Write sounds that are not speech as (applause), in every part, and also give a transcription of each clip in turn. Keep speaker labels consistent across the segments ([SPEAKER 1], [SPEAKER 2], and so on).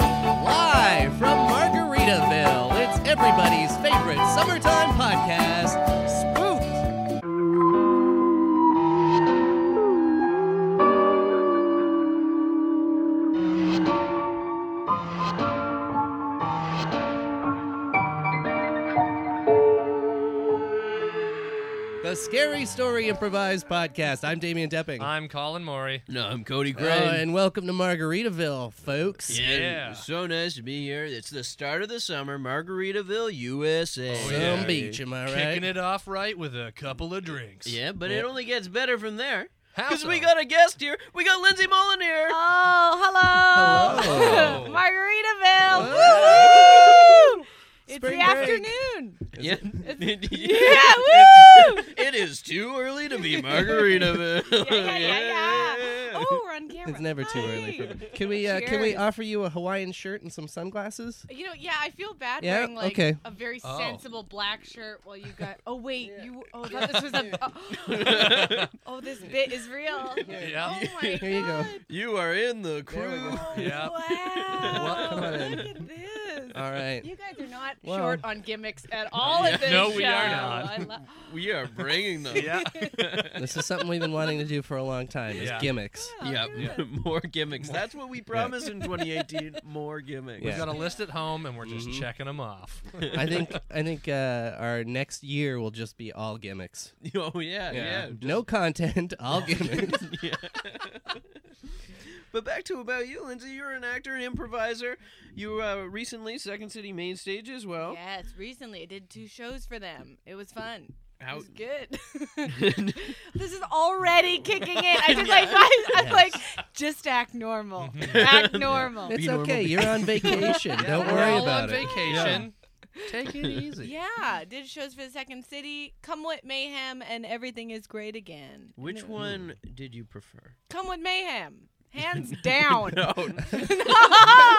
[SPEAKER 1] Live from Margaritaville, it's everybody's favorite summertime podcast, Spooked. The Scary Story Improvised Podcast. I'm Damian Depping.
[SPEAKER 2] I'm Colin Maury.
[SPEAKER 3] No, I'm Cody Gray.
[SPEAKER 1] Oh, and welcome to Margaritaville, folks.
[SPEAKER 3] yeah.
[SPEAKER 2] Yeah.
[SPEAKER 3] So nice to be here. It's the start of the summer, Margaritaville, USA.
[SPEAKER 2] Oh,
[SPEAKER 1] Some
[SPEAKER 2] yeah.
[SPEAKER 1] beach, am I right?
[SPEAKER 2] Kicking it off right with a couple of drinks.
[SPEAKER 3] Yeah, but it only gets better from there.
[SPEAKER 2] How
[SPEAKER 3] Because we
[SPEAKER 2] so?
[SPEAKER 3] got a guest here. We got Lindsay Mullen here.
[SPEAKER 4] Uh, Oh, hello.
[SPEAKER 2] Hello.
[SPEAKER 4] (laughs) Margaritaville. Woo! It's
[SPEAKER 1] Spring
[SPEAKER 4] the
[SPEAKER 1] break.
[SPEAKER 4] afternoon.
[SPEAKER 3] (laughs) yeah.
[SPEAKER 4] Yeah, woo!
[SPEAKER 3] It is too early to be Margaritaville.
[SPEAKER 4] Yeah, yeah, yeah, yeah. Oh, we're on camera.
[SPEAKER 1] It's never too early.
[SPEAKER 4] Hi.
[SPEAKER 1] For them. Can we uh, can we
[SPEAKER 4] Cheers.
[SPEAKER 1] offer you a Hawaiian shirt and some sunglasses?
[SPEAKER 4] You know, yeah, I feel bad
[SPEAKER 1] Yeah,
[SPEAKER 4] wearing like
[SPEAKER 1] okay.
[SPEAKER 4] a very
[SPEAKER 2] Oh.
[SPEAKER 4] sensible black shirt while you got. Oh wait, you. Oh, I thought this was a. Oh,
[SPEAKER 3] yeah.
[SPEAKER 4] oh, this bit is real.
[SPEAKER 2] Yeah.
[SPEAKER 4] Oh my
[SPEAKER 1] Here you go.
[SPEAKER 3] (laughs)
[SPEAKER 4] God.
[SPEAKER 3] you are in the
[SPEAKER 1] we
[SPEAKER 3] crew.
[SPEAKER 1] go.
[SPEAKER 4] Oh,
[SPEAKER 2] Yeah.
[SPEAKER 4] Wow.
[SPEAKER 2] Well, come on in.
[SPEAKER 4] Look at this.
[SPEAKER 1] All right.
[SPEAKER 4] You guys are not
[SPEAKER 1] Well.
[SPEAKER 4] short on gimmicks at all at this
[SPEAKER 2] No,
[SPEAKER 4] show.
[SPEAKER 2] we are not.
[SPEAKER 4] I lo-
[SPEAKER 3] We are bringing them.
[SPEAKER 2] Yeah.
[SPEAKER 3] (laughs)
[SPEAKER 1] This is something we've been wanting to do for a long time. Is
[SPEAKER 2] Yeah.
[SPEAKER 1] gimmicks.
[SPEAKER 3] Yeah, more gimmicks. That's what we promised in 2018. More gimmicks.
[SPEAKER 2] We've got a list at home and we're just checking them off.
[SPEAKER 1] I think I think uh, our next year will just be all gimmicks.
[SPEAKER 3] (laughs) Oh yeah, yeah.
[SPEAKER 1] no content, all gimmicks.
[SPEAKER 3] (laughs) yeah. but back to about you, Lindsay. You're an actor and improviser. You were uh, recently Second City main stage as well.
[SPEAKER 4] Yes, recently I did two shows for them. It was fun.
[SPEAKER 3] How-
[SPEAKER 4] It was
[SPEAKER 3] (laughs)
[SPEAKER 4] good. (laughs) this is already kicking in. I just like I'm like just act normal. Act normal.
[SPEAKER 1] it's
[SPEAKER 3] Be normal.
[SPEAKER 1] okay. You're on vacation. Don't
[SPEAKER 2] We're
[SPEAKER 1] worry
[SPEAKER 2] all
[SPEAKER 1] about
[SPEAKER 2] on
[SPEAKER 1] it.
[SPEAKER 2] vacation. Take it easy.
[SPEAKER 4] Yeah, did shows for the Second City, Come With Mayhem, and Everything Is Great Again.
[SPEAKER 3] Which
[SPEAKER 4] And it-
[SPEAKER 3] one did you prefer?
[SPEAKER 4] Come With Mayhem, hands down.
[SPEAKER 3] Oh, (laughs)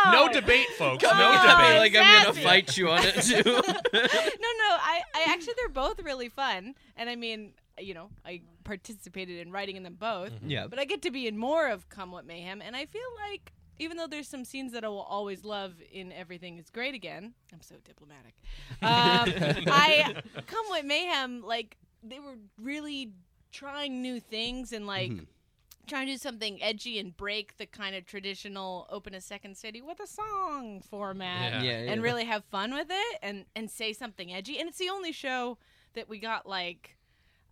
[SPEAKER 4] (laughs)
[SPEAKER 3] No,
[SPEAKER 2] No debate, folks.
[SPEAKER 4] on.
[SPEAKER 2] No
[SPEAKER 4] on.
[SPEAKER 2] debate.
[SPEAKER 3] like I'm gonna
[SPEAKER 4] Sassy.
[SPEAKER 3] fight you on it too.
[SPEAKER 4] no, no. I, I actually, they're both really fun, and I mean, you know, I participated in writing in them both.
[SPEAKER 3] (laughs) yeah,
[SPEAKER 4] But I get to be in more of Come What Mayhem, and I feel like even though there's some scenes that I will always love in Everything Is Great Again, I'm so diplomatic. Um, I Come What Mayhem, like they were really trying new things and like. Trying to do something edgy and break the kind of traditional open a second city with a song
[SPEAKER 3] yeah,
[SPEAKER 4] format
[SPEAKER 2] Yeah.
[SPEAKER 3] yeah.
[SPEAKER 4] and really have fun with it and and say something edgy and it's the only show that we got like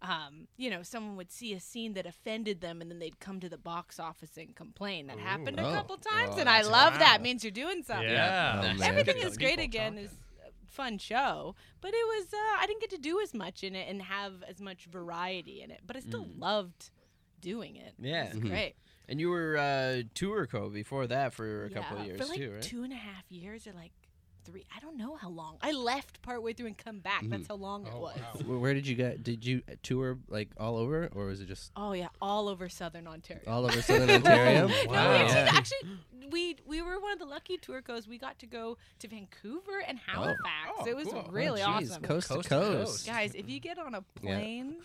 [SPEAKER 4] um, you know, someone would see a scene that offended them, and then they'd come to the box office and complain. That happened a
[SPEAKER 1] Oh.
[SPEAKER 4] couple times,
[SPEAKER 1] Oh,
[SPEAKER 4] and I
[SPEAKER 1] that's-
[SPEAKER 4] love that.
[SPEAKER 1] wow.
[SPEAKER 4] means you're doing something.
[SPEAKER 2] Yeah.
[SPEAKER 1] Oh, man.
[SPEAKER 4] Everything
[SPEAKER 2] Good
[SPEAKER 4] is great
[SPEAKER 2] people
[SPEAKER 4] again
[SPEAKER 2] talking.
[SPEAKER 4] is a fun show, but it was uh, I didn't get to do as much in it and have as much variety in it, but I still loved doing it.
[SPEAKER 3] Yeah.
[SPEAKER 4] it was
[SPEAKER 3] Mhm.
[SPEAKER 4] great.
[SPEAKER 3] And you were uh, tour co before that for a couple
[SPEAKER 4] Yeah,
[SPEAKER 3] of years
[SPEAKER 4] for like
[SPEAKER 3] too, right?
[SPEAKER 4] two and a half years or like three. I don't know how long. I left partway through and come back. That's how long it
[SPEAKER 2] Oh,
[SPEAKER 4] was.
[SPEAKER 2] wow.
[SPEAKER 1] Wh- (laughs) Where did you get? Did you tour like all over, or was it just
[SPEAKER 4] Oh yeah, all over southern Ontario.
[SPEAKER 1] all over Southern Ontario?
[SPEAKER 2] No,
[SPEAKER 4] (laughs) No, we
[SPEAKER 2] Wow.
[SPEAKER 4] actually,
[SPEAKER 1] Yeah.
[SPEAKER 4] actually, we we were one of the lucky tour goes. We got to go to Vancouver and Halifax.
[SPEAKER 3] Oh,
[SPEAKER 4] it was
[SPEAKER 3] cool. Oh,
[SPEAKER 4] really
[SPEAKER 1] Oh, geez,
[SPEAKER 4] awesome.
[SPEAKER 1] Coast, to
[SPEAKER 2] Coast to
[SPEAKER 1] coast.
[SPEAKER 4] Guys, if you get on a
[SPEAKER 1] Yeah.
[SPEAKER 4] plane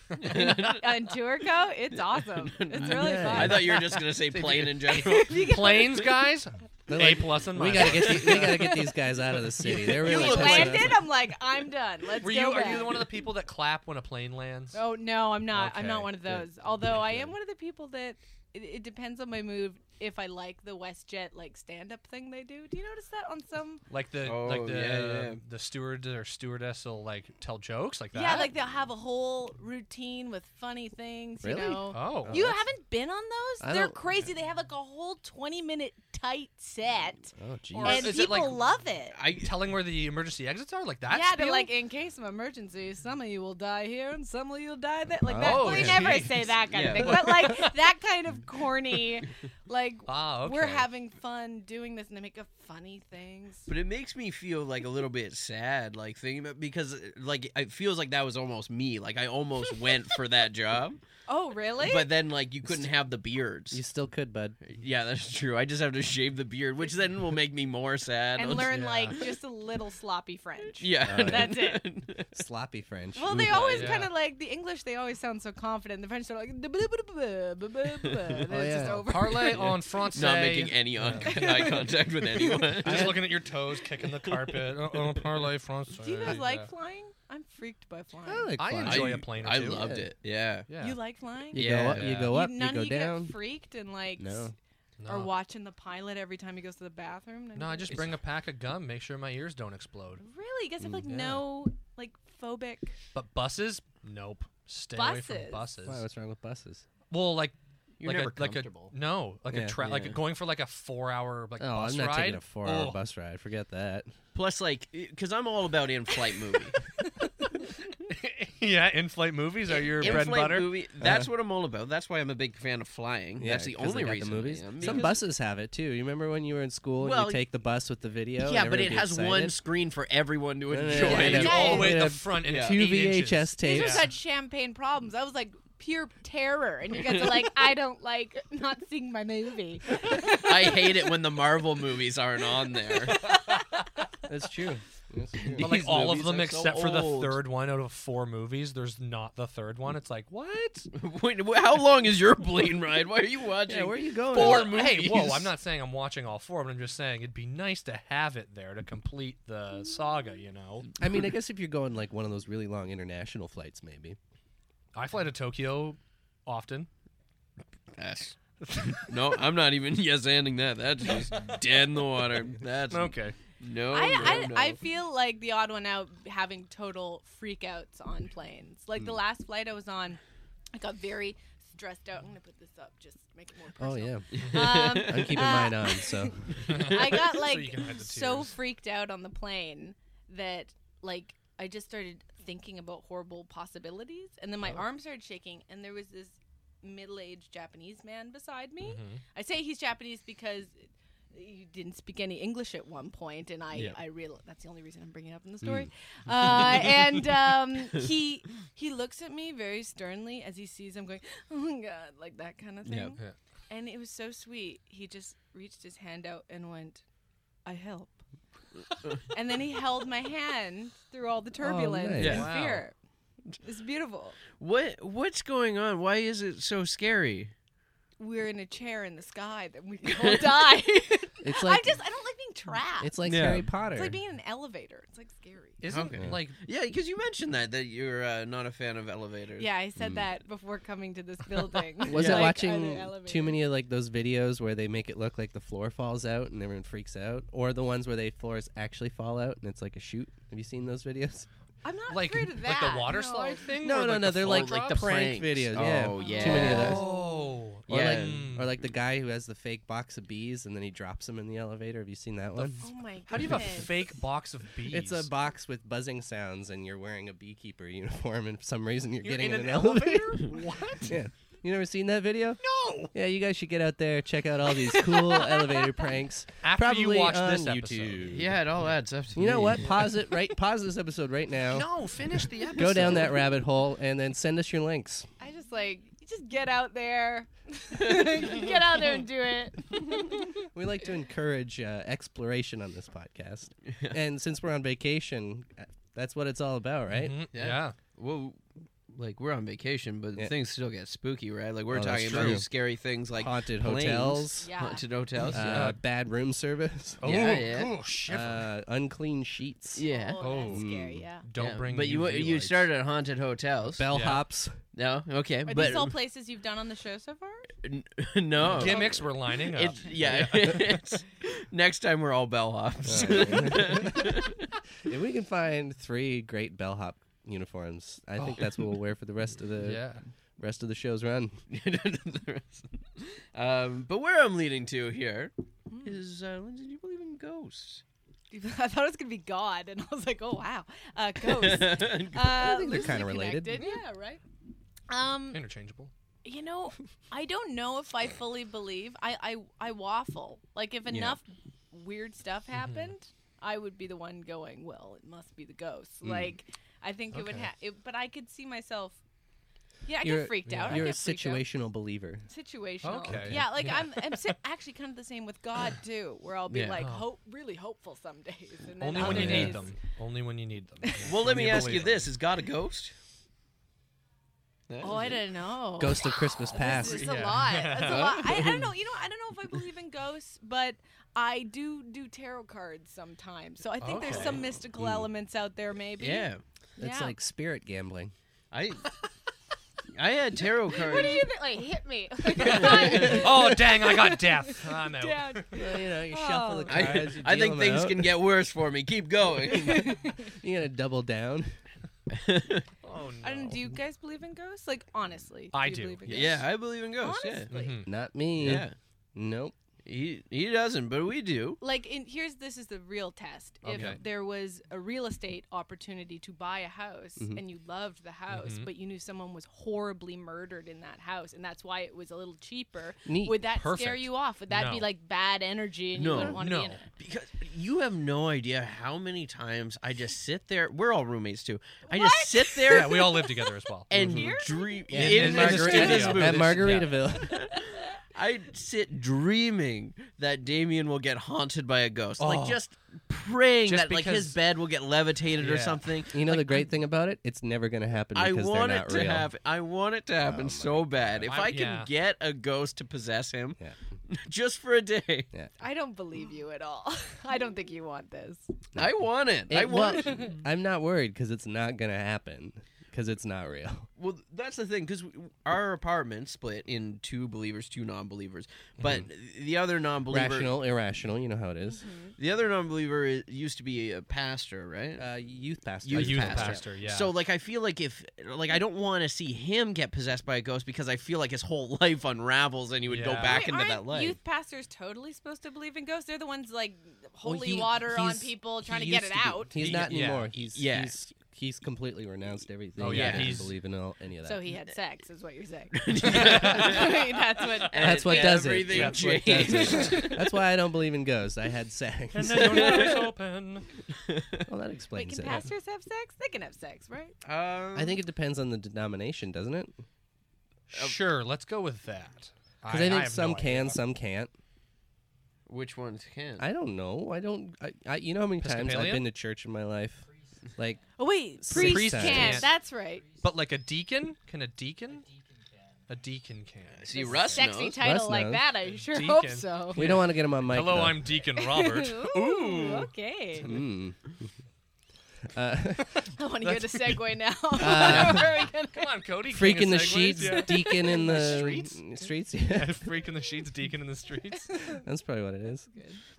[SPEAKER 4] on tour go, it's awesome. It's really
[SPEAKER 1] Yeah.
[SPEAKER 4] fun.
[SPEAKER 3] I thought you were just gonna (laughs) say plain in general.
[SPEAKER 2] Planes,
[SPEAKER 4] (laughs)
[SPEAKER 2] guys.
[SPEAKER 1] They're
[SPEAKER 2] A
[SPEAKER 1] like,
[SPEAKER 2] plus and
[SPEAKER 1] we
[SPEAKER 2] minus.
[SPEAKER 1] gotta get the, we gotta get these guys out of the city. They're
[SPEAKER 4] We
[SPEAKER 1] really
[SPEAKER 3] look
[SPEAKER 1] pissing
[SPEAKER 3] like-
[SPEAKER 1] us
[SPEAKER 4] landed. I'm like, I'm done. Let's
[SPEAKER 2] Were
[SPEAKER 4] go.
[SPEAKER 2] you? Are
[SPEAKER 4] back.
[SPEAKER 2] you one of the people that clap when a plane lands?
[SPEAKER 4] Oh no, I'm not. I'm not
[SPEAKER 2] Okay,
[SPEAKER 4] one of
[SPEAKER 2] good.
[SPEAKER 4] those. Although I am one of the people that it, it depends on my mood if I like the WestJet like stand up thing they do. Do you notice that on some?
[SPEAKER 2] Like the
[SPEAKER 3] Oh,
[SPEAKER 2] like the
[SPEAKER 3] yeah, yeah.
[SPEAKER 2] the steward or stewardess will like tell jokes like that.
[SPEAKER 4] Yeah, like they'll have a whole routine with funny things. You
[SPEAKER 1] Really?
[SPEAKER 4] know.
[SPEAKER 2] oh,
[SPEAKER 4] You
[SPEAKER 2] that's-
[SPEAKER 4] haven't been on those?
[SPEAKER 1] I
[SPEAKER 4] They're
[SPEAKER 1] don't-
[SPEAKER 4] crazy. They have like a whole 20 minute tight set,
[SPEAKER 1] Oh,
[SPEAKER 2] Or
[SPEAKER 1] jeez.
[SPEAKER 4] and
[SPEAKER 2] is it
[SPEAKER 4] people
[SPEAKER 2] like-
[SPEAKER 4] love it.
[SPEAKER 3] I
[SPEAKER 2] telling where the emergency exits are like that.
[SPEAKER 4] yeah, they're
[SPEAKER 2] spiel?
[SPEAKER 4] like, in case of emergency, some of you will die here and some of you will die there. Like that.
[SPEAKER 2] Oh,
[SPEAKER 4] we
[SPEAKER 2] yeah. (laughs)
[SPEAKER 4] never say that kind of
[SPEAKER 3] Yeah.
[SPEAKER 4] thing, but like that kind of corny, like
[SPEAKER 2] Ah, okay.
[SPEAKER 4] we're having fun doing this, and they make a funny things.
[SPEAKER 3] But it makes me feel like a little bit sad, like thinking about because uh, like it feels like that was almost me. Like I almost went for that job,
[SPEAKER 4] Oh, really?
[SPEAKER 3] but then like you couldn't have the
[SPEAKER 1] You
[SPEAKER 3] beards.
[SPEAKER 1] still could, bud.
[SPEAKER 3] Yeah, that's true. I just have to shave the beard, which then will make me more sad.
[SPEAKER 4] and learn
[SPEAKER 2] yeah.
[SPEAKER 4] like just a little sloppy French.
[SPEAKER 3] Yeah,
[SPEAKER 1] Oh.
[SPEAKER 3] (laughs)
[SPEAKER 4] That's
[SPEAKER 3] it.
[SPEAKER 1] Sloppy French.
[SPEAKER 4] Well, they always
[SPEAKER 2] Yeah.
[SPEAKER 4] kind of like the English. They always sound so confident. The French are like, "Duh, blah, blah, blah, blah, blah, blah," and
[SPEAKER 1] Oh,
[SPEAKER 4] it's just
[SPEAKER 1] yeah.
[SPEAKER 4] over.
[SPEAKER 2] Parlay on Francais.
[SPEAKER 3] Not
[SPEAKER 2] (laughs)
[SPEAKER 3] making any un- (laughs) eye contact with anyone.
[SPEAKER 2] Just looking at your toes, kicking the (laughs) carpet. Oh, oh parlay Francais.
[SPEAKER 4] Do you guys like
[SPEAKER 2] Yeah.
[SPEAKER 4] flying? I'm freaked by flying.
[SPEAKER 2] I
[SPEAKER 1] flying.
[SPEAKER 2] enjoy
[SPEAKER 3] I-
[SPEAKER 2] a plane or
[SPEAKER 3] I
[SPEAKER 2] two.
[SPEAKER 3] loved
[SPEAKER 1] Yeah.
[SPEAKER 3] it. Yeah.
[SPEAKER 2] Yeah.
[SPEAKER 4] You like flying?
[SPEAKER 1] You
[SPEAKER 3] Yeah.
[SPEAKER 1] go up, you go
[SPEAKER 4] You-
[SPEAKER 1] up,
[SPEAKER 4] none
[SPEAKER 1] you
[SPEAKER 4] of
[SPEAKER 1] go down.
[SPEAKER 4] get freaked and like,
[SPEAKER 1] No.
[SPEAKER 4] s-
[SPEAKER 2] no.
[SPEAKER 4] or watching the pilot every time he goes to the bathroom. None
[SPEAKER 2] no,
[SPEAKER 4] of
[SPEAKER 2] I
[SPEAKER 4] you-
[SPEAKER 2] just bring a pack of gum, make sure my ears don't explode.
[SPEAKER 4] really. You guys have like
[SPEAKER 2] yeah.
[SPEAKER 4] no like phobic.
[SPEAKER 2] But buses? Nope. Stay away
[SPEAKER 4] Buses?
[SPEAKER 2] from buses.
[SPEAKER 1] Why, what's wrong with buses?
[SPEAKER 2] Well, like
[SPEAKER 3] You're
[SPEAKER 2] like
[SPEAKER 3] never
[SPEAKER 2] a, like a
[SPEAKER 3] comfortable.
[SPEAKER 2] no, like
[SPEAKER 1] Yeah.
[SPEAKER 2] a tra- like
[SPEAKER 3] Yeah.
[SPEAKER 2] going for like a four hour like
[SPEAKER 1] Oh,
[SPEAKER 2] bus
[SPEAKER 1] I'm not
[SPEAKER 2] ride.
[SPEAKER 1] taking a four-hour
[SPEAKER 2] Oh,
[SPEAKER 1] bus ride. Forget that.
[SPEAKER 3] Plus, like, because I'm all about (laughs) in-flight movie.
[SPEAKER 2] (laughs) yeah, in flight movies are your bread and
[SPEAKER 3] In-flight
[SPEAKER 2] butter. Uh-huh.
[SPEAKER 3] movie. That's what I'm all about. That's why I'm a big fan of flying.
[SPEAKER 1] Yeah,
[SPEAKER 3] that's the
[SPEAKER 1] 'cause
[SPEAKER 3] only
[SPEAKER 1] they got
[SPEAKER 3] reason.
[SPEAKER 1] The movies.
[SPEAKER 3] I am,
[SPEAKER 1] Some
[SPEAKER 3] because-
[SPEAKER 1] buses have it too. You remember when you were in school and
[SPEAKER 3] Well,
[SPEAKER 1] you take the bus with the video? and
[SPEAKER 3] Yeah, but
[SPEAKER 1] everyone
[SPEAKER 3] it
[SPEAKER 1] be
[SPEAKER 3] has one
[SPEAKER 1] excited?
[SPEAKER 3] screen for everyone to
[SPEAKER 1] No, no, no, no,
[SPEAKER 2] (laughs)
[SPEAKER 3] enjoy.
[SPEAKER 2] Yeah,
[SPEAKER 1] no,
[SPEAKER 2] you
[SPEAKER 4] Yeah.
[SPEAKER 2] all the way
[SPEAKER 1] They
[SPEAKER 2] at the
[SPEAKER 1] have
[SPEAKER 2] front and
[SPEAKER 3] Yeah.
[SPEAKER 2] it's
[SPEAKER 1] two
[SPEAKER 2] eight
[SPEAKER 1] VHS
[SPEAKER 2] inches.
[SPEAKER 4] You
[SPEAKER 1] tapes.
[SPEAKER 4] just had champagne problems. I was like pure terror, and you guys are like, I don't like not seeing my movie.
[SPEAKER 3] I hate it when the Marvel movies aren't on there.
[SPEAKER 1] That's true. That's true.
[SPEAKER 2] But like
[SPEAKER 3] These
[SPEAKER 2] all of
[SPEAKER 3] movies
[SPEAKER 2] them
[SPEAKER 3] are so
[SPEAKER 2] except for
[SPEAKER 3] old.
[SPEAKER 2] the third one out of four movies, there's not the third one. It's like what?
[SPEAKER 3] (laughs) Wait, wh- How long is your plane ride? Why are you watching?
[SPEAKER 1] yeah, where are you going?
[SPEAKER 3] Four
[SPEAKER 2] Well, Hey, whoa!
[SPEAKER 3] movies.
[SPEAKER 2] I'm not saying I'm watching all four, but I'm just saying it'd be nice to have it there to complete the saga. You know,
[SPEAKER 1] I mean, I guess if you're going like one of those really long international flights, maybe.
[SPEAKER 2] I fly to Tokyo often.
[SPEAKER 3] Yes. (laughs) no, I'm not even (laughs) yes ending that. That's just dead in the water. That's
[SPEAKER 2] Okay.
[SPEAKER 1] Oh,
[SPEAKER 3] No, no,
[SPEAKER 4] I,
[SPEAKER 3] no.
[SPEAKER 4] I, I feel like the odd one out having total freakouts on planes. Like
[SPEAKER 1] Hmm.
[SPEAKER 4] the last flight I was on, I got very stressed out. I'm gonna put this up just to make it more
[SPEAKER 1] Oh
[SPEAKER 4] personal.
[SPEAKER 1] yeah, (laughs)
[SPEAKER 4] yeah. Um,
[SPEAKER 1] I'm keeping
[SPEAKER 4] uh,
[SPEAKER 1] mine on. So
[SPEAKER 2] (laughs)
[SPEAKER 4] I got
[SPEAKER 2] So
[SPEAKER 4] like
[SPEAKER 2] you can hide the
[SPEAKER 4] so
[SPEAKER 2] tears.
[SPEAKER 4] freaked out on the plane that like I just started thinking about horrible possibilities, and then my
[SPEAKER 2] Uh-huh.
[SPEAKER 4] arm started shaking, and there was this middle-aged Japanese man beside me.
[SPEAKER 2] Mm-hmm.
[SPEAKER 4] I say he's Japanese because you didn't speak any English at one point, and I
[SPEAKER 2] Yeah.
[SPEAKER 4] I real that's the only reason I'm bringing it up in the story. Uh, and um, he he looks at me very sternly as he sees I'm going, (laughs) oh my god, like that kind of thing.
[SPEAKER 3] Yeah.
[SPEAKER 2] Yeah.
[SPEAKER 4] And it was so sweet. He just reached his hand out and went, I help. and then he held my hand through all the turbulence
[SPEAKER 1] nice.
[SPEAKER 4] and
[SPEAKER 2] Yeah. Wow.
[SPEAKER 4] fear. It's beautiful.
[SPEAKER 3] What what's going on? Why is it so scary?
[SPEAKER 4] We're in a chair in the sky that we can all die.
[SPEAKER 1] it's like
[SPEAKER 4] I just I don't like being trapped.
[SPEAKER 1] it's like
[SPEAKER 3] Yeah.
[SPEAKER 1] Harry Potter.
[SPEAKER 4] It's like being in an elevator. It's like scary.
[SPEAKER 2] Isn't
[SPEAKER 3] Okay.
[SPEAKER 2] like
[SPEAKER 3] Yeah, because you mentioned that that you're uh, not a fan of elevators.
[SPEAKER 4] Yeah, I said that before coming to this building.
[SPEAKER 1] was
[SPEAKER 4] Like,
[SPEAKER 1] I
[SPEAKER 4] are
[SPEAKER 1] watching
[SPEAKER 4] there elevators?
[SPEAKER 1] too many of like those videos where they make it look like the floor falls out and everyone freaks out, or the ones where they floors actually fall out and it's like a chute? Have you seen those
[SPEAKER 3] (laughs)
[SPEAKER 1] videos?
[SPEAKER 4] I'm not
[SPEAKER 2] like
[SPEAKER 4] afraid of
[SPEAKER 2] like
[SPEAKER 4] that.
[SPEAKER 2] the water
[SPEAKER 4] no.
[SPEAKER 2] slide thing?
[SPEAKER 1] No,
[SPEAKER 2] or,
[SPEAKER 1] no,
[SPEAKER 2] like,
[SPEAKER 1] no,
[SPEAKER 2] the
[SPEAKER 1] they're
[SPEAKER 2] fall
[SPEAKER 1] like-
[SPEAKER 2] drop?
[SPEAKER 1] like the prank videos, yeah.
[SPEAKER 3] Oh yeah.
[SPEAKER 4] Too many of those.
[SPEAKER 2] Oh,
[SPEAKER 1] Or
[SPEAKER 3] Yeah.
[SPEAKER 1] like,
[SPEAKER 2] Mm.
[SPEAKER 1] or like the guy who has the fake box of bees and then he drops them in the elevator. Have you seen that one?
[SPEAKER 4] Oh my god.
[SPEAKER 2] how do you have a fake box of bees?
[SPEAKER 1] It's a box with buzzing sounds, and you're wearing a beekeeper (laughs) uniform, and for some reason you're,
[SPEAKER 2] You're
[SPEAKER 1] getting
[SPEAKER 2] in
[SPEAKER 1] (laughs)
[SPEAKER 2] an,
[SPEAKER 3] (laughs)
[SPEAKER 1] elevator.
[SPEAKER 2] elevator? (laughs) what?
[SPEAKER 1] yeah, you never seen that video?
[SPEAKER 2] No.
[SPEAKER 1] Yeah, you guys should get out there, check out all these cool elevator pranks.
[SPEAKER 2] After you
[SPEAKER 1] probably
[SPEAKER 2] watch
[SPEAKER 1] on
[SPEAKER 2] this episode.
[SPEAKER 1] YouTube.
[SPEAKER 3] Yeah, it all adds up. To
[SPEAKER 1] You
[SPEAKER 3] me.
[SPEAKER 1] know
[SPEAKER 3] (laughs)
[SPEAKER 1] what? Pause it right. Pause this episode right now.
[SPEAKER 2] No, finish the episode.
[SPEAKER 1] Go down that rabbit hole, and then send us your links.
[SPEAKER 4] I just like you just get out there, (laughs) get out there and do it.
[SPEAKER 2] (laughs)
[SPEAKER 1] We like to encourage uh, exploration on this
[SPEAKER 2] (laughs)
[SPEAKER 1] podcast, and since we're on vacation, uh, that's what it's all about, right?
[SPEAKER 2] Mhm,
[SPEAKER 3] Yeah.
[SPEAKER 2] Yeah.
[SPEAKER 3] Well, like we're on vacation, but
[SPEAKER 1] Yeah.
[SPEAKER 3] things still get spooky, right? Like we're
[SPEAKER 1] Oh, that's
[SPEAKER 3] talking about
[SPEAKER 1] true.
[SPEAKER 3] these scary things like
[SPEAKER 1] Haunted
[SPEAKER 3] planes,
[SPEAKER 1] hotels,
[SPEAKER 4] Yeah.
[SPEAKER 3] haunted hotels.
[SPEAKER 1] uh, bad room
[SPEAKER 2] (laughs)
[SPEAKER 1] service.
[SPEAKER 2] Oh,
[SPEAKER 3] Yeah, yeah.
[SPEAKER 2] cool shiver.
[SPEAKER 1] uh, unclean sheets,
[SPEAKER 3] yeah.
[SPEAKER 4] Oh, that's
[SPEAKER 1] Oh.
[SPEAKER 4] scary. Yeah.
[SPEAKER 2] Don't
[SPEAKER 3] Yeah.
[SPEAKER 2] bring.
[SPEAKER 3] But you
[SPEAKER 2] UV
[SPEAKER 3] you
[SPEAKER 2] lights.
[SPEAKER 3] started at haunted hotels.
[SPEAKER 1] bellhops.
[SPEAKER 3] no, okay,
[SPEAKER 4] Are
[SPEAKER 3] but
[SPEAKER 4] these all places you've done on the show so far?
[SPEAKER 3] n- no.
[SPEAKER 2] gimmicks. We're lining up.
[SPEAKER 3] It's, yeah, (laughs) it's, next time we're all bellhops.
[SPEAKER 1] (laughs)
[SPEAKER 3] (laughs)
[SPEAKER 1] If we can find three great bellhop uniforms, I think that's what we'll wear for the rest of the
[SPEAKER 2] (laughs) yeah.
[SPEAKER 1] rest of the show's run.
[SPEAKER 3] um, but where I'm leading to here is, uh, Lindsay, do you believe in ghosts?
[SPEAKER 4] (laughs)
[SPEAKER 3] (laughs)
[SPEAKER 4] I thought it was gonna be God, and I was like, oh wow,
[SPEAKER 2] (laughs)
[SPEAKER 4] uh, ghost. Uh, I
[SPEAKER 1] think they're kinda related.
[SPEAKER 4] Yeah. Right. Um,
[SPEAKER 2] Interchangeable.
[SPEAKER 4] you know, I don't know if I fully believe. I I, I waffle. Like if enough weird stuff
[SPEAKER 2] Mm-hmm.
[SPEAKER 4] happened, I would be the one going, "Well, it must be the ghost."
[SPEAKER 3] Mm.
[SPEAKER 4] Like, I think it would
[SPEAKER 2] Okay.
[SPEAKER 4] have, but I could see myself. Yeah, I
[SPEAKER 1] You're-
[SPEAKER 4] get freaked out. I
[SPEAKER 1] You're a
[SPEAKER 4] get freaked out.
[SPEAKER 1] situational believer.
[SPEAKER 4] situational.
[SPEAKER 2] Okay.
[SPEAKER 4] Yeah, like
[SPEAKER 2] Yeah.
[SPEAKER 4] I'm, I'm si- (laughs) actually kind of the same
[SPEAKER 2] (sighs)
[SPEAKER 4] with God too, where I'll be
[SPEAKER 3] Yeah.
[SPEAKER 4] like
[SPEAKER 2] Oh.
[SPEAKER 4] hope, really hopeful some days, and then
[SPEAKER 2] Only when
[SPEAKER 4] other
[SPEAKER 2] you need
[SPEAKER 4] days-
[SPEAKER 2] them. Only when you
[SPEAKER 1] (laughs)
[SPEAKER 2] need them.
[SPEAKER 3] Well, let
[SPEAKER 2] When
[SPEAKER 3] me ask
[SPEAKER 2] believe
[SPEAKER 3] you
[SPEAKER 2] them.
[SPEAKER 3] this: Is God a ghost? That
[SPEAKER 4] Oh,
[SPEAKER 3] is
[SPEAKER 4] I
[SPEAKER 3] it.
[SPEAKER 4] don't know.
[SPEAKER 1] Ghost of Christmas
[SPEAKER 4] That's
[SPEAKER 1] Past.
[SPEAKER 4] It's
[SPEAKER 2] Yeah. (laughs)
[SPEAKER 4] a lot. That's a lot. I, I don't know. You know, I don't know if I believe in ghosts, but I do do tarot cards sometimes. So I think there's
[SPEAKER 2] Okay.
[SPEAKER 4] some mystical
[SPEAKER 1] Mm.
[SPEAKER 4] elements out there, maybe.
[SPEAKER 3] Yeah,
[SPEAKER 1] It's
[SPEAKER 4] Yeah.
[SPEAKER 1] like spirit
[SPEAKER 4] (laughs)
[SPEAKER 1] gambling.
[SPEAKER 3] I I had tarot cards.
[SPEAKER 5] What do you think? Like,
[SPEAKER 4] (laughs)
[SPEAKER 5] hit me. (laughs)
[SPEAKER 2] oh dang! I got death. I'm out.
[SPEAKER 4] Yeah.
[SPEAKER 1] Well, you know, you
[SPEAKER 4] shuffle the
[SPEAKER 3] I, I think things can get worse for me. Keep (laughs) going.
[SPEAKER 1] You gotta double down.
[SPEAKER 2] Oh no.
[SPEAKER 4] I don't. Do you guys believe in ghosts? Like honestly,
[SPEAKER 2] I
[SPEAKER 4] you
[SPEAKER 2] do,
[SPEAKER 4] believe in
[SPEAKER 2] yes.
[SPEAKER 3] yeah, I believe in
[SPEAKER 4] ghosts?
[SPEAKER 3] ghosts. Yeah,
[SPEAKER 4] Honestly.
[SPEAKER 2] Mhm.
[SPEAKER 1] Not me.
[SPEAKER 3] Hmm. yeah.
[SPEAKER 1] Nope.
[SPEAKER 3] He he doesn't, but we do.
[SPEAKER 4] Like in here's this is the real test.
[SPEAKER 2] Okay.
[SPEAKER 4] If there was a real estate opportunity to buy a house
[SPEAKER 1] Mhm.
[SPEAKER 4] and you loved the house,
[SPEAKER 2] Mhm.
[SPEAKER 4] but you knew someone was horribly murdered in that house and that's why it was a little cheaper,
[SPEAKER 1] Neat.
[SPEAKER 4] would that scare
[SPEAKER 2] Perfect.
[SPEAKER 4] you off? Would that be
[SPEAKER 2] No.
[SPEAKER 4] like bad energy and
[SPEAKER 3] No.
[SPEAKER 4] you wouldn't want to
[SPEAKER 2] No.
[SPEAKER 4] be in it?
[SPEAKER 3] Because you have no idea how many times I just sit there. We're all roommates too. I just sit
[SPEAKER 2] (laughs) (laughs)
[SPEAKER 3] there
[SPEAKER 2] Yeah, we all live together as well.
[SPEAKER 3] and
[SPEAKER 2] Mhm.
[SPEAKER 3] dream
[SPEAKER 2] Yeah.
[SPEAKER 3] in,
[SPEAKER 2] In
[SPEAKER 3] in
[SPEAKER 2] the
[SPEAKER 3] this-
[SPEAKER 2] studio.
[SPEAKER 3] in this
[SPEAKER 2] At
[SPEAKER 3] booth.
[SPEAKER 1] at
[SPEAKER 2] yeah.
[SPEAKER 1] Margaritaville.
[SPEAKER 3] I sit dreaming that Damien will get haunted by a ghost. Like
[SPEAKER 2] Oh.
[SPEAKER 3] just praying
[SPEAKER 2] Just
[SPEAKER 3] that like his
[SPEAKER 2] because-
[SPEAKER 3] bed will get levitated or
[SPEAKER 2] Yeah.
[SPEAKER 3] something.
[SPEAKER 1] (laughs) You know the great thing about it? It's never gonna happen
[SPEAKER 3] I
[SPEAKER 1] because
[SPEAKER 3] want
[SPEAKER 1] they're
[SPEAKER 3] it
[SPEAKER 1] not
[SPEAKER 3] to
[SPEAKER 1] real.
[SPEAKER 3] happen. I want it to happen so bad. If
[SPEAKER 2] I'm-
[SPEAKER 3] I can
[SPEAKER 2] yeah.
[SPEAKER 3] get a ghost to possess him,
[SPEAKER 1] Yeah.
[SPEAKER 3] (laughs) just for a day,
[SPEAKER 4] I don't believe you at all. (laughs) I don't think you want this.
[SPEAKER 3] I want it. I
[SPEAKER 1] It
[SPEAKER 3] want.
[SPEAKER 1] won't- I'm not worried because it's not gonna happen because it's not real.
[SPEAKER 3] Well, that's the thing because our apartment split in two believers, two non-believers. But the other non-believer,
[SPEAKER 1] Rational, irrational. You know how it is.
[SPEAKER 3] the other non-believer is, used to be a pastor, right?
[SPEAKER 4] Mm-hmm.
[SPEAKER 1] Uh, youth pastor.
[SPEAKER 3] Youth
[SPEAKER 2] a youth
[SPEAKER 3] pastor.
[SPEAKER 2] pastor. yeah.
[SPEAKER 3] So like I feel like if like I don't want to see him get possessed by a ghost because I feel like his whole (laughs) life unravels and he would go
[SPEAKER 2] Yeah.
[SPEAKER 3] back
[SPEAKER 4] Wait,
[SPEAKER 3] into
[SPEAKER 4] aren't
[SPEAKER 3] that life.
[SPEAKER 4] Youth pastors totally supposed to believe in ghosts. They're the ones like
[SPEAKER 1] Well,
[SPEAKER 4] holy
[SPEAKER 1] he-
[SPEAKER 4] water on
[SPEAKER 1] he's-
[SPEAKER 4] people,
[SPEAKER 1] he
[SPEAKER 4] trying to get it
[SPEAKER 1] used be.
[SPEAKER 4] out.
[SPEAKER 1] He's
[SPEAKER 3] He-
[SPEAKER 1] not
[SPEAKER 2] yeah.
[SPEAKER 1] anymore. He's
[SPEAKER 3] Yeah.
[SPEAKER 1] he's he's completely renounced everything.
[SPEAKER 2] Oh,
[SPEAKER 1] He
[SPEAKER 3] yeah,
[SPEAKER 1] doesn't
[SPEAKER 2] he's-
[SPEAKER 1] believe in all, any of that.
[SPEAKER 4] So he had sex, is what you're saying. (laughs)
[SPEAKER 3] Yeah.
[SPEAKER 4] I mean, that's what.
[SPEAKER 3] And
[SPEAKER 1] That's what does it.
[SPEAKER 3] everything
[SPEAKER 1] That's what does
[SPEAKER 3] changed.
[SPEAKER 4] (laughs)
[SPEAKER 1] it. That's why I don't believe in ghosts. I had sex. (laughs)
[SPEAKER 2] (laughs) (laughs) And then your eyes open.
[SPEAKER 1] well, that
[SPEAKER 4] Wait,
[SPEAKER 1] explains
[SPEAKER 4] can
[SPEAKER 1] it.
[SPEAKER 4] pastors have sex? They can have sex, right?
[SPEAKER 3] Um,
[SPEAKER 1] I think it depends on the denomination, doesn't it?
[SPEAKER 2] Sure, let's go with that.
[SPEAKER 1] Because I, think
[SPEAKER 2] have
[SPEAKER 1] some
[SPEAKER 2] no
[SPEAKER 1] can,
[SPEAKER 2] idea.
[SPEAKER 1] some can't.
[SPEAKER 3] which ones can.
[SPEAKER 1] I don't know. I don't. I, I you know how many times I've
[SPEAKER 2] Episcopalian?
[SPEAKER 1] been to church in my life? Like
[SPEAKER 4] Oh wait,
[SPEAKER 1] Six
[SPEAKER 4] priest,
[SPEAKER 1] Priest
[SPEAKER 4] can.
[SPEAKER 2] can.
[SPEAKER 4] That's right.
[SPEAKER 2] But like a deacon, can a deacon? A deacon can.
[SPEAKER 3] See, Russ
[SPEAKER 4] Sexy
[SPEAKER 3] knows.
[SPEAKER 4] title
[SPEAKER 1] Russ
[SPEAKER 4] like
[SPEAKER 1] knows.
[SPEAKER 4] that. I sure
[SPEAKER 2] Deacon.
[SPEAKER 1] (laughs)
[SPEAKER 4] hope so.
[SPEAKER 1] we don't want to get him on mic.
[SPEAKER 2] Hello,
[SPEAKER 1] though.
[SPEAKER 2] I'm Deacon Robert.
[SPEAKER 4] (laughs)
[SPEAKER 1] (laughs)
[SPEAKER 4] Ooh, okay.
[SPEAKER 1] Mm. Uh,
[SPEAKER 4] I want to hear the segue now.
[SPEAKER 1] (laughs) Uh,
[SPEAKER 4] (laughs) Where are
[SPEAKER 1] (laughs)
[SPEAKER 4] we gonna-
[SPEAKER 2] Come on, Cody.
[SPEAKER 1] freak
[SPEAKER 2] king
[SPEAKER 1] in the
[SPEAKER 2] of segues,
[SPEAKER 1] sheets,
[SPEAKER 2] yeah. (laughs)
[SPEAKER 1] (laughs) deacon in
[SPEAKER 2] The
[SPEAKER 1] the
[SPEAKER 2] streets?
[SPEAKER 1] Streets, yeah.
[SPEAKER 2] Freak in the sheets, deacon in the streets.
[SPEAKER 1] (laughs) That's probably what it is.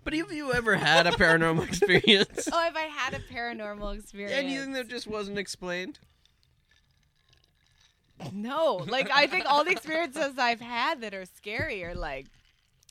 [SPEAKER 3] But have you ever had a paranormal (laughs) experience?
[SPEAKER 4] oh, if I had a paranormal experience.
[SPEAKER 3] Anything that just wasn't explained?
[SPEAKER 4] No, like I think all the experiences I've had that are scary are like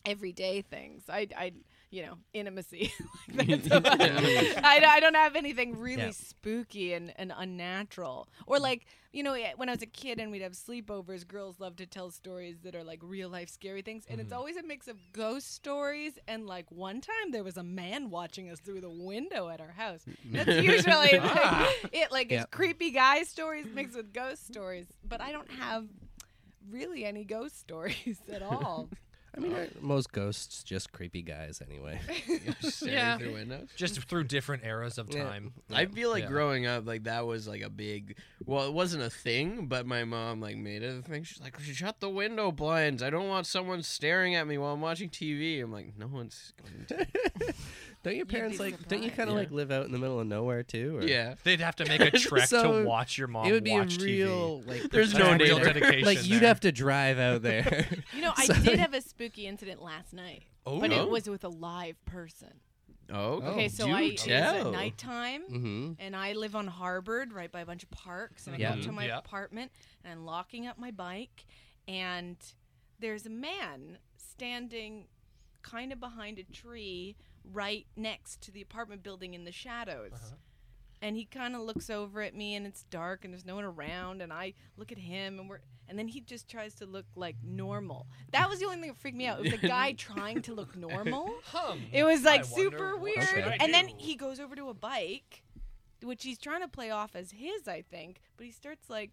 [SPEAKER 4] everyday things. I, I you know, intimacy. (laughs)
[SPEAKER 1] (laughs)
[SPEAKER 4] Like, that's about it. I, I don't have anything really
[SPEAKER 1] Yeah. Mm.
[SPEAKER 4] spooky and, and unnatural. Or like, you know, when I was a kid and we'd have sleepovers, girls love to tell stories that are like real life scary things. And
[SPEAKER 1] Mm-hmm.
[SPEAKER 4] it's always a mix of ghost stories and like one time there was a man watching us through the window at our house.
[SPEAKER 1] (laughs)
[SPEAKER 4] That's usually like, it. Like
[SPEAKER 1] Mm. Ah. Yeah.
[SPEAKER 4] it's creepy guy stories mixed with ghost stories. But I don't have really any ghost stories (laughs) at all.
[SPEAKER 1] I mean, aren't most ghosts just creepy guys anyway.
[SPEAKER 3] (laughs) Staring
[SPEAKER 2] Yeah.
[SPEAKER 3] through windows.
[SPEAKER 2] Just through different eras of
[SPEAKER 1] Yeah.
[SPEAKER 2] time.
[SPEAKER 3] I feel like
[SPEAKER 2] Yeah.
[SPEAKER 3] growing up, like that was like a big. Well, it wasn't a thing, but my mom like made it a thing. She's like, "Shut the window blinds. I don't want someone staring at me while I'm watching TV." I'm like, "No one's." Going to.
[SPEAKER 1] Don't your parents
[SPEAKER 4] be
[SPEAKER 1] like? Don't you kind of like
[SPEAKER 3] surprised.
[SPEAKER 1] live out in the middle of nowhere too? Or?
[SPEAKER 3] yeah,
[SPEAKER 2] They'd have to
[SPEAKER 1] (laughs)
[SPEAKER 2] make a trek
[SPEAKER 1] So,
[SPEAKER 2] to watch your mom
[SPEAKER 1] It would be a
[SPEAKER 2] watch TV.
[SPEAKER 1] real like.
[SPEAKER 3] There's
[SPEAKER 2] That's
[SPEAKER 3] no
[SPEAKER 2] a real
[SPEAKER 3] neighbor.
[SPEAKER 2] dedication.
[SPEAKER 1] like you'd
[SPEAKER 2] there.
[SPEAKER 1] have to drive out there.
[SPEAKER 4] You know, I
[SPEAKER 1] So-
[SPEAKER 3] (laughs)
[SPEAKER 4] did have a spooky incident last night,
[SPEAKER 2] Oh,
[SPEAKER 4] but
[SPEAKER 3] Oh.
[SPEAKER 4] it was with a live person.
[SPEAKER 3] Oh,
[SPEAKER 4] Okay,
[SPEAKER 1] Oh,
[SPEAKER 4] so
[SPEAKER 3] do
[SPEAKER 4] I it was at
[SPEAKER 3] tell.
[SPEAKER 4] nighttime.
[SPEAKER 1] mm-hmm.
[SPEAKER 4] and I live on Harvard, right by a bunch of parks. And I
[SPEAKER 1] Yeah.
[SPEAKER 4] come to my
[SPEAKER 2] Yeah.
[SPEAKER 4] apartment, and I'm locking up my bike, and there's a man standing kind of behind a tree right next to the apartment building in the shadows. and he kind of looks over at me and it's dark and there's no one around and I look at him and we're and then he just tries to look like normal. That was the only thing that freaked me out. It was a guy trying to look normal.
[SPEAKER 2] Hum.
[SPEAKER 4] It was like
[SPEAKER 2] I wonder
[SPEAKER 4] super
[SPEAKER 2] what
[SPEAKER 4] weird.
[SPEAKER 2] should I
[SPEAKER 4] And then
[SPEAKER 2] do?
[SPEAKER 4] he goes over to a bike, which he's trying to play off as his, I think. But he starts like,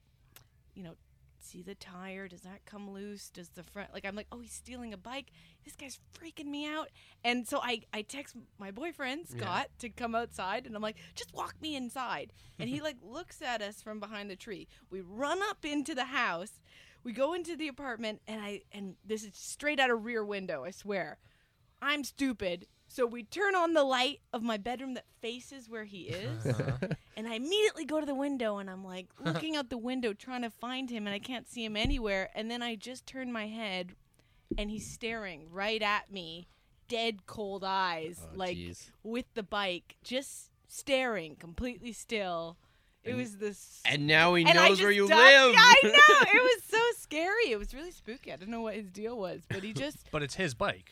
[SPEAKER 4] you know, see the tire? Does that come loose? Does the front? Like I'm like, oh, he's stealing a bike. This guy's freaking me out. And so I I text my boyfriend Scott to come outside, and I'm like, just walk me inside. And (laughs) he like looks at us from behind the tree. We run up into the house. We go into the apartment, and I and this is straight out of Rear Window. I swear. I'm stupid. So we turn on the light of my bedroom that faces where he is. And I immediately go to the window and I'm like looking out the window trying to find him and I can't see him anywhere. And then I just turn my head and he's staring right at me, dead cold eyes,
[SPEAKER 1] Oh,
[SPEAKER 4] like
[SPEAKER 1] jeez.
[SPEAKER 4] with the bike, just staring completely still. It was this.
[SPEAKER 3] And now he
[SPEAKER 4] and I
[SPEAKER 3] knows where
[SPEAKER 4] just
[SPEAKER 3] you
[SPEAKER 4] ducked.
[SPEAKER 3] live.
[SPEAKER 4] I
[SPEAKER 3] (laughs)
[SPEAKER 4] know. It was so scary. It was really spooky. I don't know what his deal was, but he just
[SPEAKER 2] But it's his bike.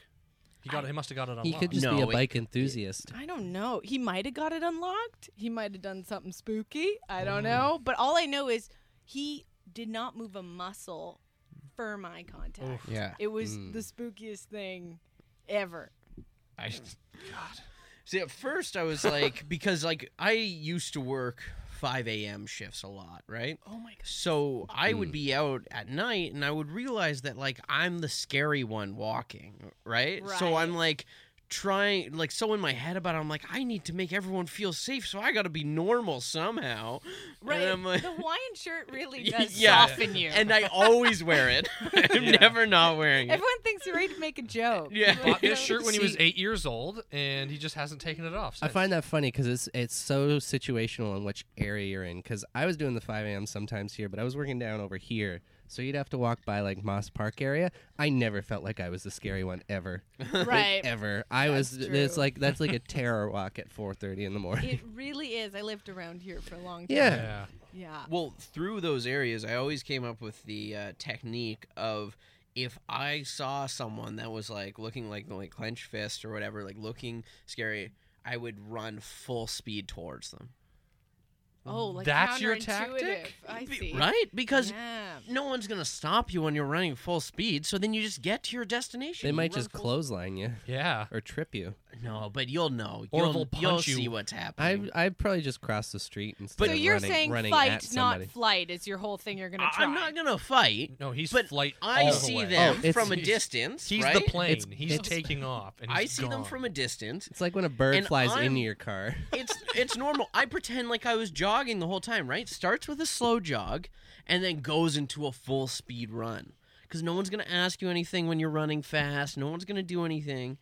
[SPEAKER 2] He got. He must have got it
[SPEAKER 1] He
[SPEAKER 2] unlocked.
[SPEAKER 1] could just be
[SPEAKER 3] No,
[SPEAKER 1] a
[SPEAKER 3] it-
[SPEAKER 1] bike enthusiast.
[SPEAKER 4] I don't know. He might have got it unlocked. He might have done something spooky. I
[SPEAKER 3] Mm.
[SPEAKER 4] don't know. But all I know is he did not move a muscle for my contact.
[SPEAKER 2] Oof.
[SPEAKER 3] yeah.
[SPEAKER 4] It was
[SPEAKER 3] Mm.
[SPEAKER 4] the spookiest thing ever.
[SPEAKER 3] I God. See, at first I was
[SPEAKER 4] (laughs)
[SPEAKER 3] like, because like I used to work 5 a.m. shifts a lot, right?
[SPEAKER 4] Oh my gosh.
[SPEAKER 3] So I would be out at night and I would realize that like I'm the scary one walking, right? So I'm
[SPEAKER 4] Right.
[SPEAKER 3] like trying like so in my head about it, I'm like I need to make everyone feel safe, so I got to be normal somehow. And
[SPEAKER 4] Right.
[SPEAKER 3] I'm like-
[SPEAKER 4] the Hawaiian shirt
[SPEAKER 3] (laughs)
[SPEAKER 4] really does
[SPEAKER 3] Yeah.
[SPEAKER 4] soften you.
[SPEAKER 3] and I always wear it. (laughs) I'm never not wearing it.
[SPEAKER 4] (laughs) Everyone thinks you're ready to make a joke.
[SPEAKER 3] Yeah. (laughs)
[SPEAKER 4] Like, (laughs)
[SPEAKER 2] Bought this
[SPEAKER 4] so-
[SPEAKER 2] shirt when he was
[SPEAKER 3] See-
[SPEAKER 2] eight years old, and he just hasn't taken it off.
[SPEAKER 1] I
[SPEAKER 2] since.
[SPEAKER 1] find that funny because it's it's so situational in which area you're in. Because I was doing the 5 a.m. sometimes here, but I was working down over here, so you'd have to walk by like Moss Park area. I never felt like I was the scary one ever, Like,
[SPEAKER 4] Right.
[SPEAKER 3] (laughs)
[SPEAKER 1] ever. I was.
[SPEAKER 4] That's
[SPEAKER 1] It's
[SPEAKER 4] true.
[SPEAKER 1] like that's
[SPEAKER 4] (laughs)
[SPEAKER 1] like a terror walk at 4:30 in the morning.
[SPEAKER 4] It really is. I lived around here for a long time.
[SPEAKER 1] yeah.
[SPEAKER 2] Yeah.
[SPEAKER 4] Yeah.
[SPEAKER 3] Well, through those areas, I always came up with the uh, technique of if I saw someone that was like looking like like clenched fist or whatever, like looking scary, I would run full speed towards them.
[SPEAKER 4] Oh, like
[SPEAKER 2] That's your
[SPEAKER 4] counterintuitive.
[SPEAKER 2] tactic?
[SPEAKER 4] I see.
[SPEAKER 3] Right? Because
[SPEAKER 4] Yeah.
[SPEAKER 3] no one's gonna stop you when you're running full speed. So then you just get to your destination.
[SPEAKER 1] (laughs) They
[SPEAKER 3] You
[SPEAKER 1] might
[SPEAKER 3] run
[SPEAKER 1] just
[SPEAKER 3] full-
[SPEAKER 1] clothesline you
[SPEAKER 2] Yeah.
[SPEAKER 1] or trip you.
[SPEAKER 3] No, but you'll know.
[SPEAKER 2] Or
[SPEAKER 3] you'll,
[SPEAKER 2] they'll punch
[SPEAKER 3] you'll
[SPEAKER 2] you.
[SPEAKER 3] see what's
[SPEAKER 1] I
[SPEAKER 4] Mm.
[SPEAKER 3] happening.
[SPEAKER 1] I probably just cross the street instead
[SPEAKER 4] so
[SPEAKER 1] of
[SPEAKER 4] you're
[SPEAKER 1] running,
[SPEAKER 4] saying
[SPEAKER 1] running at
[SPEAKER 4] fight, not
[SPEAKER 1] somebody.
[SPEAKER 4] flight, is your whole thing. You're gonna
[SPEAKER 3] I-
[SPEAKER 4] try.
[SPEAKER 3] I'm not gonna fight.
[SPEAKER 2] No, he's
[SPEAKER 3] But
[SPEAKER 2] flight.
[SPEAKER 3] I
[SPEAKER 2] all the
[SPEAKER 3] see
[SPEAKER 2] way.
[SPEAKER 3] them
[SPEAKER 1] Oh, it's-
[SPEAKER 3] from a
[SPEAKER 1] he's-
[SPEAKER 3] distance.
[SPEAKER 2] He's
[SPEAKER 3] right?
[SPEAKER 2] the plane.
[SPEAKER 1] It's-
[SPEAKER 2] he's
[SPEAKER 1] it's-
[SPEAKER 2] taking off, and
[SPEAKER 3] I
[SPEAKER 2] he's
[SPEAKER 3] see them
[SPEAKER 2] gone.
[SPEAKER 3] from a distance.
[SPEAKER 1] It's like when a bird
[SPEAKER 3] And
[SPEAKER 1] flies
[SPEAKER 3] I'm-
[SPEAKER 1] into your car.
[SPEAKER 3] it's it's normal. I pretend like I was jogging the whole time, right? Starts with a slow jog and then goes into a full speed run. Cuz no one's going to ask you anything when you're running fast. No one's going to do anything.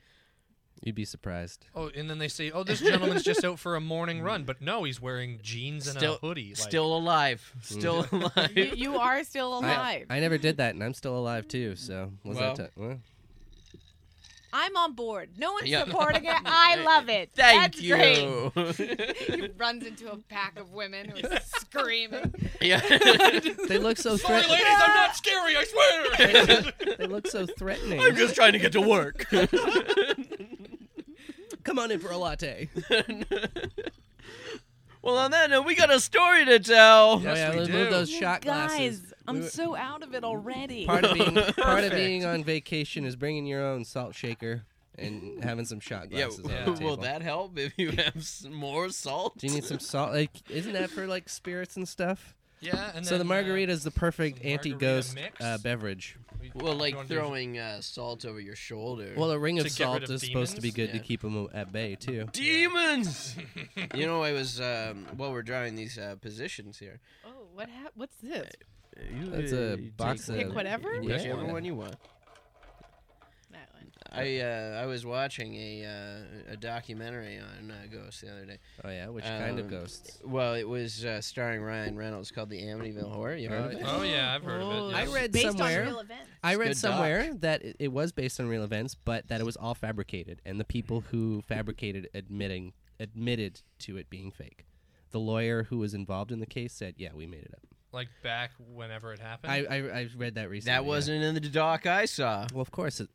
[SPEAKER 1] You'd be surprised.
[SPEAKER 2] Oh, and then they say, "Oh, this gentleman's just out for a morning run," but no, he's wearing jeans and
[SPEAKER 3] Still
[SPEAKER 2] a hoodie. Like,
[SPEAKER 3] Still alive.
[SPEAKER 1] (laughs)
[SPEAKER 3] Still
[SPEAKER 4] (laughs) You,
[SPEAKER 3] alive.
[SPEAKER 4] you are still
[SPEAKER 1] I,
[SPEAKER 4] alive. I,
[SPEAKER 1] I never did that, and I'm still alive too. So was
[SPEAKER 3] Well.
[SPEAKER 1] that? T- well.
[SPEAKER 4] am on board. No one's
[SPEAKER 3] Yeah.
[SPEAKER 4] supporting it. I love it.
[SPEAKER 3] Thank
[SPEAKER 4] (laughs) That's
[SPEAKER 3] you.
[SPEAKER 4] Great. He runs into a pack of women who are screaming.
[SPEAKER 3] (laughs)
[SPEAKER 4] (laughs)
[SPEAKER 3] yeah.
[SPEAKER 1] They look so
[SPEAKER 2] Sorry, ladies,
[SPEAKER 1] threatening.
[SPEAKER 2] I'm not scary. I
[SPEAKER 3] (laughs)
[SPEAKER 2] swear.
[SPEAKER 1] They look so threatening.
[SPEAKER 3] I'm just trying to get to work. (laughs)
[SPEAKER 1] Come on in for a latte.
[SPEAKER 3] well, on that note, we got a story to tell.
[SPEAKER 1] oh, yeah,
[SPEAKER 2] we
[SPEAKER 1] let's
[SPEAKER 2] do.
[SPEAKER 1] move those shot
[SPEAKER 4] Guys,
[SPEAKER 1] glasses.
[SPEAKER 4] I'm
[SPEAKER 1] We were-
[SPEAKER 4] so out of it
[SPEAKER 1] (laughs)
[SPEAKER 4] already.
[SPEAKER 1] part of being part of being on vacation is bringing your own salt shaker and having some shot
[SPEAKER 3] Yeah,
[SPEAKER 1] glasses on the
[SPEAKER 3] w-
[SPEAKER 1] table.
[SPEAKER 3] will that help if you have s- more salt?
[SPEAKER 1] Do you need some salt? Like, isn't that for like spirits and stuff?
[SPEAKER 2] yeah. And
[SPEAKER 1] so the
[SPEAKER 2] then, uh,
[SPEAKER 1] margarita is the perfect
[SPEAKER 2] some margarita
[SPEAKER 1] anti-ghost
[SPEAKER 2] mix?
[SPEAKER 1] uh, beverage.
[SPEAKER 2] Uh, we-
[SPEAKER 3] Well,
[SPEAKER 2] you
[SPEAKER 3] like
[SPEAKER 2] wanna do-
[SPEAKER 3] throwing uh, salt over your shoulder.
[SPEAKER 1] Well, a ring of
[SPEAKER 2] To get rid
[SPEAKER 1] salt
[SPEAKER 2] of
[SPEAKER 1] is supposed to be good
[SPEAKER 3] demons?
[SPEAKER 1] to keep them at bay too.
[SPEAKER 3] demons. you know, I was um, while we're drawing these uh, positions here.
[SPEAKER 4] oh, what hap- what's this?
[SPEAKER 1] That's a box of
[SPEAKER 4] Pick whatever?
[SPEAKER 1] Yeah.
[SPEAKER 3] Whichever one you want.
[SPEAKER 4] That one.
[SPEAKER 3] I uh, I was watching a uh, a documentary on uh, ghosts the other day.
[SPEAKER 1] Oh yeah, which kind of
[SPEAKER 3] Um,
[SPEAKER 1] ghosts?
[SPEAKER 3] Well, it was uh, starring Ryan Reynolds called The Amityville Horror. You heard of it?
[SPEAKER 2] Oh yeah, I've heard of it.
[SPEAKER 4] Oh,
[SPEAKER 2] yeah.
[SPEAKER 1] I read
[SPEAKER 4] Based
[SPEAKER 1] somewhere-
[SPEAKER 4] on real events.
[SPEAKER 1] I read
[SPEAKER 3] good
[SPEAKER 1] somewhere that it- it was based on real events, but that it was all fabricated, and the people who fabricated admitting admitted to it being fake. The lawyer who was involved in the case said, "Yeah, we made it up."
[SPEAKER 2] like back whenever it happened.
[SPEAKER 1] I I, I read that recently. yeah.
[SPEAKER 3] That wasn't in the doc I saw. (laughs)
[SPEAKER 1] Well, of course, it,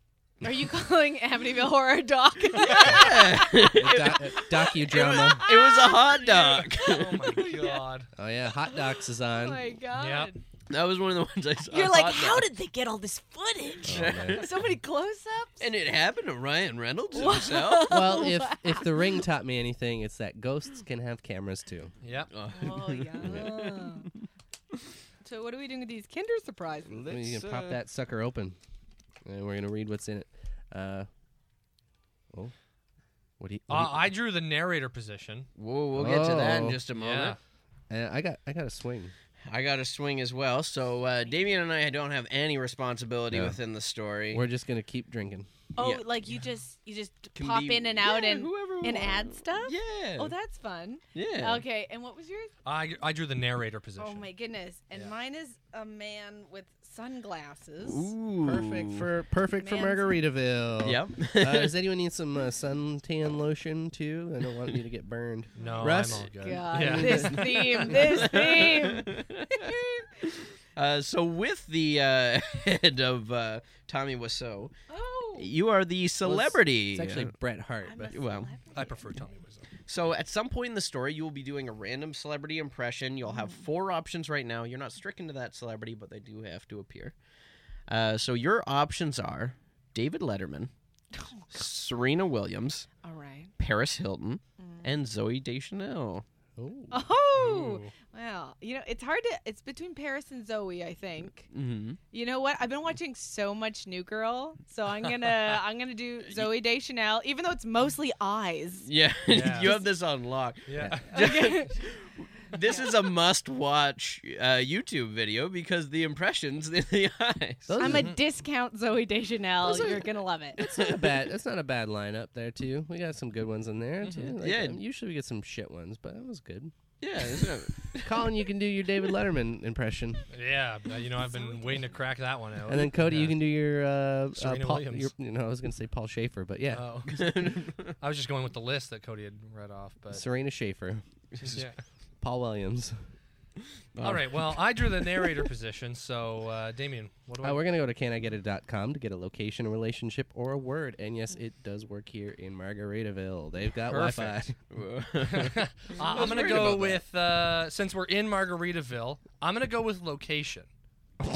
[SPEAKER 4] Are you calling Amityville Horror a doc? (laughs)
[SPEAKER 3] it
[SPEAKER 1] (laughs) A doc- a docudrama.
[SPEAKER 3] was a hot dog.
[SPEAKER 2] (laughs) oh (laughs) my god.
[SPEAKER 1] Oh yeah, Hot Docs is
[SPEAKER 4] oh (laughs)
[SPEAKER 1] on.
[SPEAKER 4] my god.
[SPEAKER 3] (laughs) that was one of the ones I saw.
[SPEAKER 4] You're like,
[SPEAKER 3] hot
[SPEAKER 4] how
[SPEAKER 3] dog.
[SPEAKER 4] did they get all this footage?
[SPEAKER 1] Oh, man.
[SPEAKER 4] (laughs) so many close-ups.
[SPEAKER 3] And it happened to Ryan Reynolds himself.
[SPEAKER 1] Well, if if the ring taught me anything, it's that ghosts can have cameras too.
[SPEAKER 2] Yep.
[SPEAKER 3] Oh.
[SPEAKER 4] (laughs) Oh yeah. so what are we doing with these Kinder surprises?
[SPEAKER 1] We're gonna
[SPEAKER 5] Let's,
[SPEAKER 1] pop
[SPEAKER 5] uh,
[SPEAKER 1] that sucker open, and we're gonna read what's in it. Uh, oh, what do you?
[SPEAKER 2] Uh,
[SPEAKER 1] what
[SPEAKER 2] I drew the narrator position.
[SPEAKER 3] Whoa, we'll get to that in
[SPEAKER 1] Oh.
[SPEAKER 3] just a moment.
[SPEAKER 1] do you- uh, I got I got a swing.
[SPEAKER 3] I got a swing as well. So uh, Damien and I don't have any responsibility
[SPEAKER 1] No.
[SPEAKER 3] within the story.
[SPEAKER 1] We're just gonna keep drinking.
[SPEAKER 4] Oh,
[SPEAKER 3] Yeah.
[SPEAKER 4] like you just you just
[SPEAKER 3] Can
[SPEAKER 4] pop
[SPEAKER 3] be-
[SPEAKER 4] in and out
[SPEAKER 3] Yeah,
[SPEAKER 4] and
[SPEAKER 3] whoever we
[SPEAKER 4] and
[SPEAKER 3] want.
[SPEAKER 4] add stuff.
[SPEAKER 3] Yeah.
[SPEAKER 4] Oh, that's fun.
[SPEAKER 3] yeah.
[SPEAKER 4] Okay, and what was yours?
[SPEAKER 2] I, I drew the narrator position.
[SPEAKER 4] Oh my goodness! And
[SPEAKER 2] Yeah.
[SPEAKER 4] mine is a man with sunglasses.
[SPEAKER 3] Ooh.
[SPEAKER 1] Perfect for perfect for
[SPEAKER 4] Man's-
[SPEAKER 1] Margaritaville.
[SPEAKER 3] Yep.
[SPEAKER 1] uh,
[SPEAKER 3] (laughs)
[SPEAKER 1] does anyone need some uh, suntan lotion too? I don't want you to get burned.
[SPEAKER 2] No,
[SPEAKER 1] Russ?
[SPEAKER 2] I'm all good.
[SPEAKER 4] God,
[SPEAKER 2] Yeah. (laughs)
[SPEAKER 3] (laughs)
[SPEAKER 4] this theme, this (laughs) theme.
[SPEAKER 3] Uh, so, with the uh, (laughs) head of uh, Tommy Wiseau,
[SPEAKER 4] Oh,
[SPEAKER 3] you are the celebrity.
[SPEAKER 1] It's actually Bret Hart.
[SPEAKER 4] I'm a
[SPEAKER 1] But
[SPEAKER 4] celebrity.
[SPEAKER 3] well,
[SPEAKER 2] I prefer Tommy Wiseau.
[SPEAKER 3] So at some point in the story, you will be doing a random celebrity impression. You'll have
[SPEAKER 4] Mm.
[SPEAKER 3] four options right now. You're not stricken to that celebrity, but they do have to appear. Uh, so your options are David
[SPEAKER 4] (laughs)
[SPEAKER 3] Letterman,
[SPEAKER 4] Oh,
[SPEAKER 3] Serena Williams,
[SPEAKER 4] all right. (laughs)
[SPEAKER 3] Paris Hilton,
[SPEAKER 4] Mm.
[SPEAKER 3] and Zoe Deschanel.
[SPEAKER 1] oh,
[SPEAKER 4] Oh,
[SPEAKER 2] Ooh.
[SPEAKER 4] well, you know it's hard to. It's between Paris and Zoe, I think.
[SPEAKER 3] Mm-hmm.
[SPEAKER 4] You know what? I've been watching so much New Girl, so I'm
[SPEAKER 1] (laughs)
[SPEAKER 4] gonna I'm gonna do Zoe Deschanel, even though it's mostly
[SPEAKER 1] (laughs)
[SPEAKER 4] eyes.
[SPEAKER 3] Yeah, (laughs)
[SPEAKER 2] Yeah.
[SPEAKER 3] you have this on lock.
[SPEAKER 2] Yeah.
[SPEAKER 4] Okay.
[SPEAKER 3] This
[SPEAKER 4] (laughs)
[SPEAKER 3] is a must-watch uh, YouTube video because the impressions in the (laughs) eyes.
[SPEAKER 1] Those
[SPEAKER 4] I'm
[SPEAKER 1] are-
[SPEAKER 4] a discount Zoe Deschanel.
[SPEAKER 1] Those are-
[SPEAKER 4] You're gonna love it.
[SPEAKER 1] (laughs) That's not a
[SPEAKER 4] (laughs)
[SPEAKER 1] bad. That's not a bad lineup there too. We got some good ones in there
[SPEAKER 4] Mm-hmm.
[SPEAKER 1] too. Like,
[SPEAKER 3] Yeah.
[SPEAKER 1] um, usually we get some shit ones, but that was good. (laughs)
[SPEAKER 3] Yeah, isn't it?
[SPEAKER 1] Colin, you can do your David Letterman impression, (laughs)
[SPEAKER 2] Yeah. but, You know, I've been waiting to crack that one out.
[SPEAKER 1] and then Cody,
[SPEAKER 2] Yeah.
[SPEAKER 1] you can do your uh, uh
[SPEAKER 2] Serena
[SPEAKER 1] Paul.
[SPEAKER 2] Williams.
[SPEAKER 1] Your, you know, I was gonna say Paul Schaefer, but yeah, (laughs)
[SPEAKER 2] Oh. I was just going with the list that Cody had read off, but
[SPEAKER 1] Serena Schaefer,
[SPEAKER 2] yeah.
[SPEAKER 1] Paul Williams.
[SPEAKER 2] All right. Well, I drew the narrator position, so uh, Damien, what do I?
[SPEAKER 1] Uh,
[SPEAKER 2] (laughs)
[SPEAKER 1] we're gonna go to canigetit.com to get a location, a relationship, or a word. And yes, it does work here in Margaritaville. They've got
[SPEAKER 2] Perfect.
[SPEAKER 1] Wi-Fi.
[SPEAKER 2] (laughs)
[SPEAKER 1] (laughs)
[SPEAKER 2] Uh, I'm gonna
[SPEAKER 3] worried
[SPEAKER 2] go
[SPEAKER 3] about that.
[SPEAKER 2] with uh, since we're in Margaritaville. I'm gonna go with location.
[SPEAKER 3] (laughs)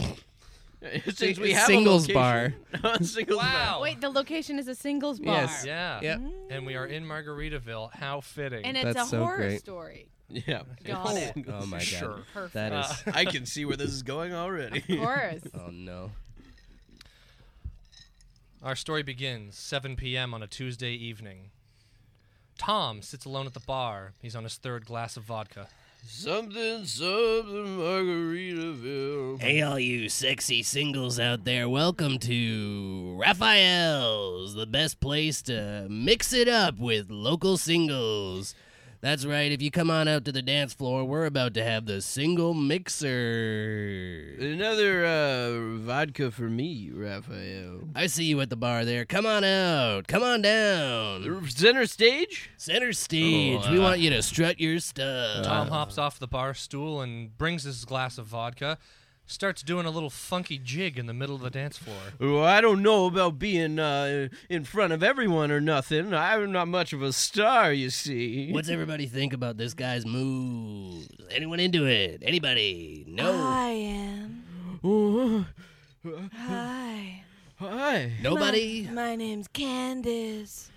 [SPEAKER 3] Since we
[SPEAKER 1] It's
[SPEAKER 3] have
[SPEAKER 1] singles
[SPEAKER 3] a
[SPEAKER 1] bar.
[SPEAKER 3] (laughs) bar. singles
[SPEAKER 2] Wow.
[SPEAKER 3] bar.
[SPEAKER 4] Wait, the location is a singles bar.
[SPEAKER 1] Yes.
[SPEAKER 2] Yeah.
[SPEAKER 1] Yep.
[SPEAKER 2] And we are in Margaritaville. How fitting.
[SPEAKER 4] And it's
[SPEAKER 1] That's
[SPEAKER 4] a
[SPEAKER 1] so
[SPEAKER 4] horror
[SPEAKER 1] great.
[SPEAKER 4] story.
[SPEAKER 3] Yeah.
[SPEAKER 4] Got it.
[SPEAKER 1] Oh my god,
[SPEAKER 2] Sure. Ah.
[SPEAKER 1] that is.
[SPEAKER 3] I can see where this is going
[SPEAKER 4] Of
[SPEAKER 3] already.
[SPEAKER 4] course.
[SPEAKER 1] (laughs) oh no.
[SPEAKER 2] Our story begins 7 p.m. on a Tuesday evening. Tom sits alone at the bar. He's on his third glass of vodka.
[SPEAKER 3] something, something, Margaritaville.
[SPEAKER 1] Hey, all you sexy singles out there, welcome to Raphael's, the best place to mix it up with local singles. That's right, if you come on out to the dance floor, we're about to have the single mixer.
[SPEAKER 3] Another uh, vodka for me, Raphael.
[SPEAKER 1] I see you at the bar there. Come on out. Come on down.
[SPEAKER 3] Center stage?
[SPEAKER 1] Center stage.
[SPEAKER 3] Oh,
[SPEAKER 1] we
[SPEAKER 3] uh,
[SPEAKER 1] want you to strut your stuff.
[SPEAKER 2] Tom hops off the bar stool and brings his glass of vodka. Starts doing a little funky jig in the middle of the
[SPEAKER 1] (laughs)
[SPEAKER 2] dance floor.
[SPEAKER 3] Well, I don't know about being uh, in front of everyone or nothing. I'm not much of a star, you see.
[SPEAKER 1] What's everybody think about this guy's moves? Anyone into it? Anybody? No.
[SPEAKER 4] am.
[SPEAKER 3] Oh,
[SPEAKER 4] Hi.
[SPEAKER 3] hi.
[SPEAKER 1] Nobody?
[SPEAKER 4] My name's Candace.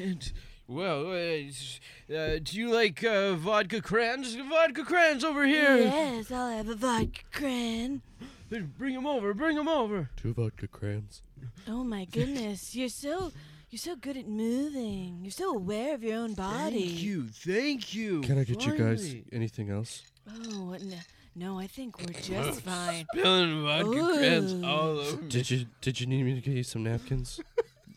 [SPEAKER 3] And, well, uh, s- uh, do you like uh, vodka crayons? Vodka crayons over here.
[SPEAKER 4] Yes, I'll have a vodka cran.
[SPEAKER 3] Hey, Bring them over. Bring them over.
[SPEAKER 1] Two vodka crayons.
[SPEAKER 4] Oh my goodness, you're so you're so good at moving. You're so aware of your own body.
[SPEAKER 3] Thank you. Thank you. Finally.
[SPEAKER 1] anything else?
[SPEAKER 4] Oh what no, no, I think we're just fine.
[SPEAKER 3] Spilling vodka
[SPEAKER 4] Ooh.
[SPEAKER 3] crayons all over. me.
[SPEAKER 1] Did you did you need me to get you some
[SPEAKER 4] (laughs)
[SPEAKER 1] napkins?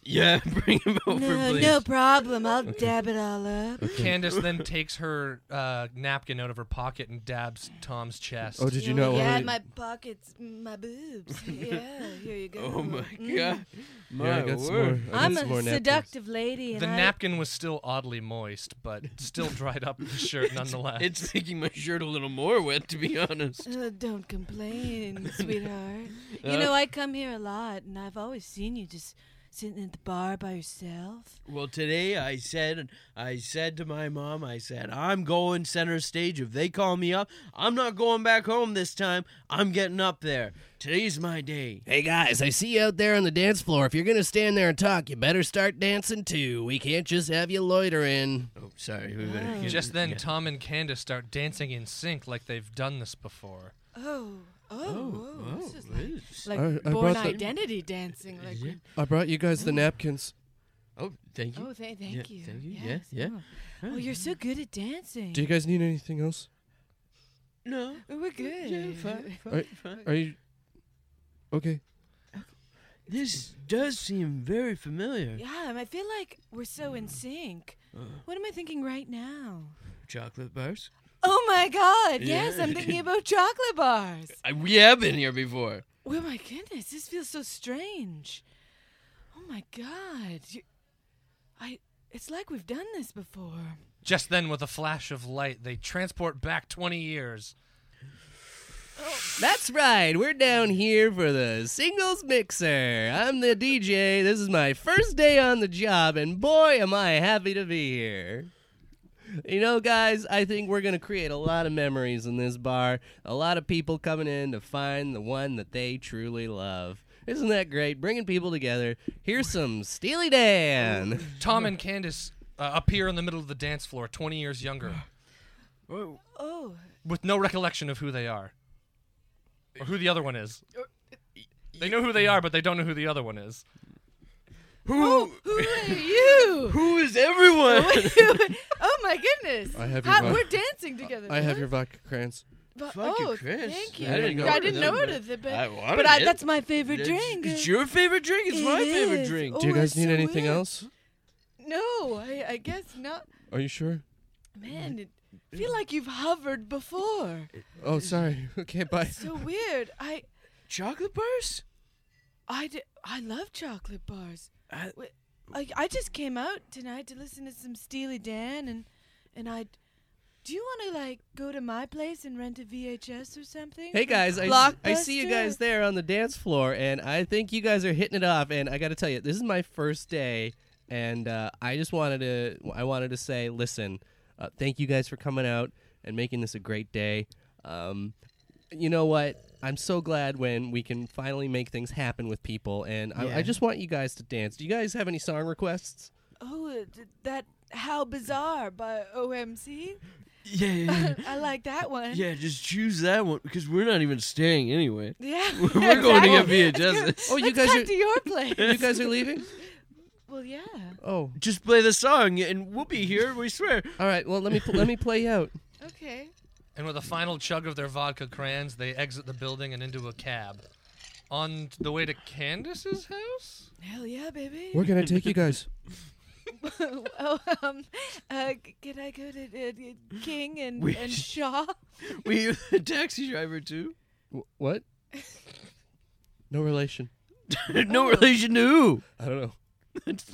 [SPEAKER 3] Yeah, (laughs) bring them over,
[SPEAKER 4] No,
[SPEAKER 3] please.
[SPEAKER 4] no problem. I'll dab it all up.
[SPEAKER 2] Candace then takes her uh, napkin out of her pocket and dabs Tom's chest.
[SPEAKER 1] Oh, did you
[SPEAKER 4] Yeah,
[SPEAKER 1] not
[SPEAKER 4] Yeah,
[SPEAKER 1] want
[SPEAKER 4] my pockets, my boobs. Yeah, here you go.
[SPEAKER 3] Oh my
[SPEAKER 4] Mm.
[SPEAKER 3] god. My
[SPEAKER 1] Yeah, I got some more.
[SPEAKER 3] word.
[SPEAKER 1] I got
[SPEAKER 4] I'm
[SPEAKER 1] some more
[SPEAKER 4] a
[SPEAKER 1] napkins.
[SPEAKER 4] seductive lady. And
[SPEAKER 2] the
[SPEAKER 4] I,
[SPEAKER 2] napkin was still oddly moist, but still dried up the
[SPEAKER 4] (laughs)
[SPEAKER 2] shirt nonetheless.
[SPEAKER 3] It's making my shirt a little more wet, to be (laughs) honest.
[SPEAKER 4] Uh, don't complain, sweetheart. You know, I come here a lot, and I've always seen you just
[SPEAKER 6] sitting at the bar by yourself?
[SPEAKER 3] Well, today I said I said to my mom, I said I'm going center stage. If they call me up, I'm not going back home this time. I'm getting up there. Today's my day.
[SPEAKER 5] Hey guys, I see you out there on the dance floor. If you're gonna stand there and talk, you better start dancing too. We can't just have you loitering.
[SPEAKER 3] Oh, sorry. We better
[SPEAKER 6] Oh.
[SPEAKER 3] get-
[SPEAKER 2] Just then,
[SPEAKER 3] yeah.
[SPEAKER 2] Tom and Candace start dancing in sync like they've done this before.
[SPEAKER 6] Oh, oh,
[SPEAKER 3] oh,
[SPEAKER 6] this is like,
[SPEAKER 3] this-
[SPEAKER 6] like
[SPEAKER 5] I- I brought
[SPEAKER 6] born
[SPEAKER 5] the-
[SPEAKER 6] identity dancing. Like,
[SPEAKER 3] Yeah.
[SPEAKER 5] I brought you guys the
[SPEAKER 4] Mm.
[SPEAKER 5] napkins.
[SPEAKER 3] Oh, thank you.
[SPEAKER 6] oh, th- thank you.
[SPEAKER 3] thank you. Yeah,
[SPEAKER 6] Yes,
[SPEAKER 3] yeah.
[SPEAKER 6] Oh. Oh, you're so good at dancing.
[SPEAKER 5] Do you guys need anything else?
[SPEAKER 3] No.
[SPEAKER 5] (laughs)
[SPEAKER 6] Oh, We're
[SPEAKER 3] Yeah,
[SPEAKER 6] good.
[SPEAKER 3] fine, fine,
[SPEAKER 5] Are-
[SPEAKER 3] fine.
[SPEAKER 5] Are you okay?
[SPEAKER 3] This does seem very familiar.
[SPEAKER 6] Yeah, and I feel like we're so
[SPEAKER 1] (gasps)
[SPEAKER 6] in sync. What am I thinking right now?
[SPEAKER 3] Chocolate bars?
[SPEAKER 6] Oh my god, yes,
[SPEAKER 3] Yeah.
[SPEAKER 1] (laughs)
[SPEAKER 6] I'm thinking about chocolate bars.
[SPEAKER 3] I, we have been here before.
[SPEAKER 6] Oh my goodness, this feels so strange. Oh my god. You, I it's like we've done this before.
[SPEAKER 2] Just then, with a flash of light, they transport back 20 years.
[SPEAKER 5] That's right. We're down here for the singles mixer. I'm the DJ. This is my first day on the job, and boy, am I happy to be here. You know, guys, I think we're going to create a lot of memories in this bar. A lot of people coming in to find the one that they truly love. Isn't that great? Bringing people together. Here's some Steely Dan.
[SPEAKER 2] Tom and Candace uh, appear in the middle of the dance floor, 20 years younger,
[SPEAKER 3] Oh,
[SPEAKER 6] Oh,
[SPEAKER 2] with no recollection of who they are or who the other one is. They know who they are, but they don't know who the other one is.
[SPEAKER 3] Who?
[SPEAKER 6] Oh,
[SPEAKER 5] Oh.
[SPEAKER 6] who are you? (laughs)
[SPEAKER 3] Who is everyone?
[SPEAKER 6] oh my goodness.
[SPEAKER 5] I have your
[SPEAKER 6] How,
[SPEAKER 5] vote.
[SPEAKER 6] we're dancing together.
[SPEAKER 5] I have
[SPEAKER 6] huh?
[SPEAKER 5] your vodka crayons.
[SPEAKER 3] (laughs)
[SPEAKER 6] But-
[SPEAKER 3] Fuck you,
[SPEAKER 6] oh,
[SPEAKER 3] Chris.
[SPEAKER 6] Thank you.
[SPEAKER 5] I didn't know
[SPEAKER 6] I
[SPEAKER 5] it
[SPEAKER 6] didn't
[SPEAKER 5] was
[SPEAKER 6] know
[SPEAKER 5] them,
[SPEAKER 6] it was it, but,
[SPEAKER 3] I wanted
[SPEAKER 6] but I,
[SPEAKER 3] it.
[SPEAKER 6] that's my favorite
[SPEAKER 3] It's-
[SPEAKER 6] drink.
[SPEAKER 3] It's your favorite drink. It's
[SPEAKER 6] It
[SPEAKER 3] my favorite
[SPEAKER 6] is.
[SPEAKER 3] drink.
[SPEAKER 6] Oh,
[SPEAKER 5] Do you guys
[SPEAKER 6] that's
[SPEAKER 5] need
[SPEAKER 6] so
[SPEAKER 5] anything
[SPEAKER 6] weird.
[SPEAKER 5] else?
[SPEAKER 6] No, I, I guess not.
[SPEAKER 5] Are you sure?
[SPEAKER 6] Man, it, I feel like you've hovered before.
[SPEAKER 5] Oh, sorry. (laughs) Okay, bye.
[SPEAKER 6] It's so weird. I
[SPEAKER 3] Chocolate bars?
[SPEAKER 6] I, d- I love chocolate bars.
[SPEAKER 3] I,
[SPEAKER 6] I, I just came out tonight to listen to some Steely Dan and and I do you want to like go to my place and rent a VHS
[SPEAKER 3] (laughs)
[SPEAKER 6] or something?
[SPEAKER 5] Hey guys, I, I see you
[SPEAKER 6] Blockbuster.
[SPEAKER 5] guys there on the dance floor, and I think you guys are hitting it off. And I got to tell you, this is my first day, and uh, I just wanted to I wanted to say, listen, uh, thank you guys for coming out and making this a great day. Um, you know what? I'm so glad when we can finally make things happen with people, and I,
[SPEAKER 3] Yeah.
[SPEAKER 5] I just want you guys to dance. Do you guys have any song requests?
[SPEAKER 6] Oh, uh, d- that How Bizarre by OMC.
[SPEAKER 3] yeah, (laughs)
[SPEAKER 5] (laughs)
[SPEAKER 3] yeah, yeah.
[SPEAKER 6] I like that one.
[SPEAKER 3] yeah, just choose that one because we're not even staying
[SPEAKER 6] (laughs)
[SPEAKER 3] anyway. (laughs)
[SPEAKER 6] Yeah,
[SPEAKER 3] We're going to get
[SPEAKER 6] exactly.
[SPEAKER 3] VHS.
[SPEAKER 5] Oh, you
[SPEAKER 6] Let's
[SPEAKER 5] guys
[SPEAKER 6] cut
[SPEAKER 5] are
[SPEAKER 6] to your place.
[SPEAKER 5] you guys are (laughs) leaving?
[SPEAKER 6] well, yeah.
[SPEAKER 5] Oh,
[SPEAKER 3] (laughs) Just play the song and we'll be here. We swear.
[SPEAKER 5] all right. Well, let me pl- let me play you out.
[SPEAKER 6] Okay.
[SPEAKER 2] And with a final chug of their vodka crayons, they exit the building and into a cab. On the way to Candace's house?
[SPEAKER 6] Hell yeah, baby. (laughs)
[SPEAKER 5] Where can I take you guys?
[SPEAKER 6] oh, um, uh, g- can I go to uh, King and,
[SPEAKER 3] We-
[SPEAKER 6] and Shaw?
[SPEAKER 3] We (laughs) you the taxi driver too? (laughs)
[SPEAKER 5] Wh- what? no relation.
[SPEAKER 3] no relation to who?
[SPEAKER 5] I don't know.
[SPEAKER 6] (laughs)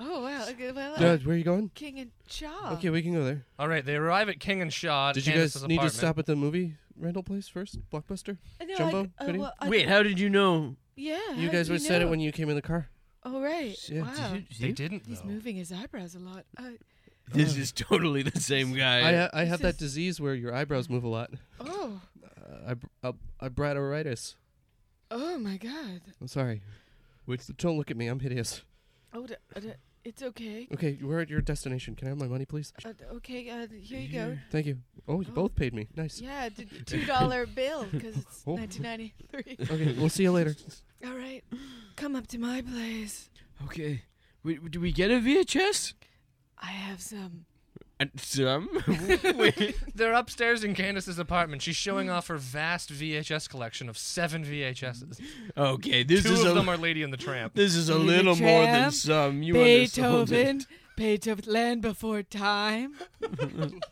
[SPEAKER 6] Oh wow. Okay, well, uh,
[SPEAKER 5] Dad, where are you going?
[SPEAKER 6] King and Shaw.
[SPEAKER 5] Okay, we can go there.
[SPEAKER 2] All right, they arrive at King and Shaw. at
[SPEAKER 5] Did you
[SPEAKER 2] Candace's
[SPEAKER 5] guys need to
[SPEAKER 2] apartment.
[SPEAKER 5] stop at the movie rental place first? Blockbuster?
[SPEAKER 6] Uh, no, I-
[SPEAKER 5] Jumbo,
[SPEAKER 6] uh,
[SPEAKER 5] Goody?
[SPEAKER 6] well, I-
[SPEAKER 3] Wait, how did you know?
[SPEAKER 6] Yeah.
[SPEAKER 5] You
[SPEAKER 4] Uh,
[SPEAKER 5] guys were said it when you came in the car.
[SPEAKER 6] Oh right.
[SPEAKER 5] Yeah.
[SPEAKER 6] Wow.
[SPEAKER 2] They didn't,
[SPEAKER 6] He's
[SPEAKER 2] though.
[SPEAKER 6] moving his eyebrows a lot. Uh,
[SPEAKER 3] This is totally the same
[SPEAKER 5] I,
[SPEAKER 3] guy.
[SPEAKER 5] ha- I have
[SPEAKER 6] this
[SPEAKER 5] that disease where your eyebrows move a lot.
[SPEAKER 6] (laughs) oh.
[SPEAKER 5] Uh, I, uh, ibritoritis.
[SPEAKER 6] Oh my God.
[SPEAKER 5] I'm sorry.
[SPEAKER 3] Which-
[SPEAKER 5] Don't look at me. I'm hideous.
[SPEAKER 6] Oh, d- uh, d- it's okay.
[SPEAKER 5] Okay, we're at your destination. Can I have my money, please?
[SPEAKER 6] Uh, d- okay. Uh, here you go.
[SPEAKER 5] Thank you. Oh, you
[SPEAKER 6] Oh.
[SPEAKER 5] both paid me. Nice.
[SPEAKER 6] Yeah, d- two dollar bill because it's
[SPEAKER 5] Oh.
[SPEAKER 6] 1993.
[SPEAKER 5] Okay, we'll see you later.
[SPEAKER 6] All right, come up to my place.
[SPEAKER 3] okay. We, do we get a VHS?
[SPEAKER 6] I have some.
[SPEAKER 3] Uh, Some. (laughs)
[SPEAKER 2] They're upstairs in Candace's apartment. She's showing off her vast VHS collection of seven VHSs.
[SPEAKER 3] okay, this
[SPEAKER 2] Two
[SPEAKER 3] is
[SPEAKER 2] of
[SPEAKER 3] a
[SPEAKER 2] them are Lady and the Tramp.
[SPEAKER 3] (laughs) this is a
[SPEAKER 6] Lady
[SPEAKER 3] little more than
[SPEAKER 6] Tramp,
[SPEAKER 3] some. You (laughs)
[SPEAKER 6] Beethoven, Beethoven, Land Before Time.
[SPEAKER 3] understand?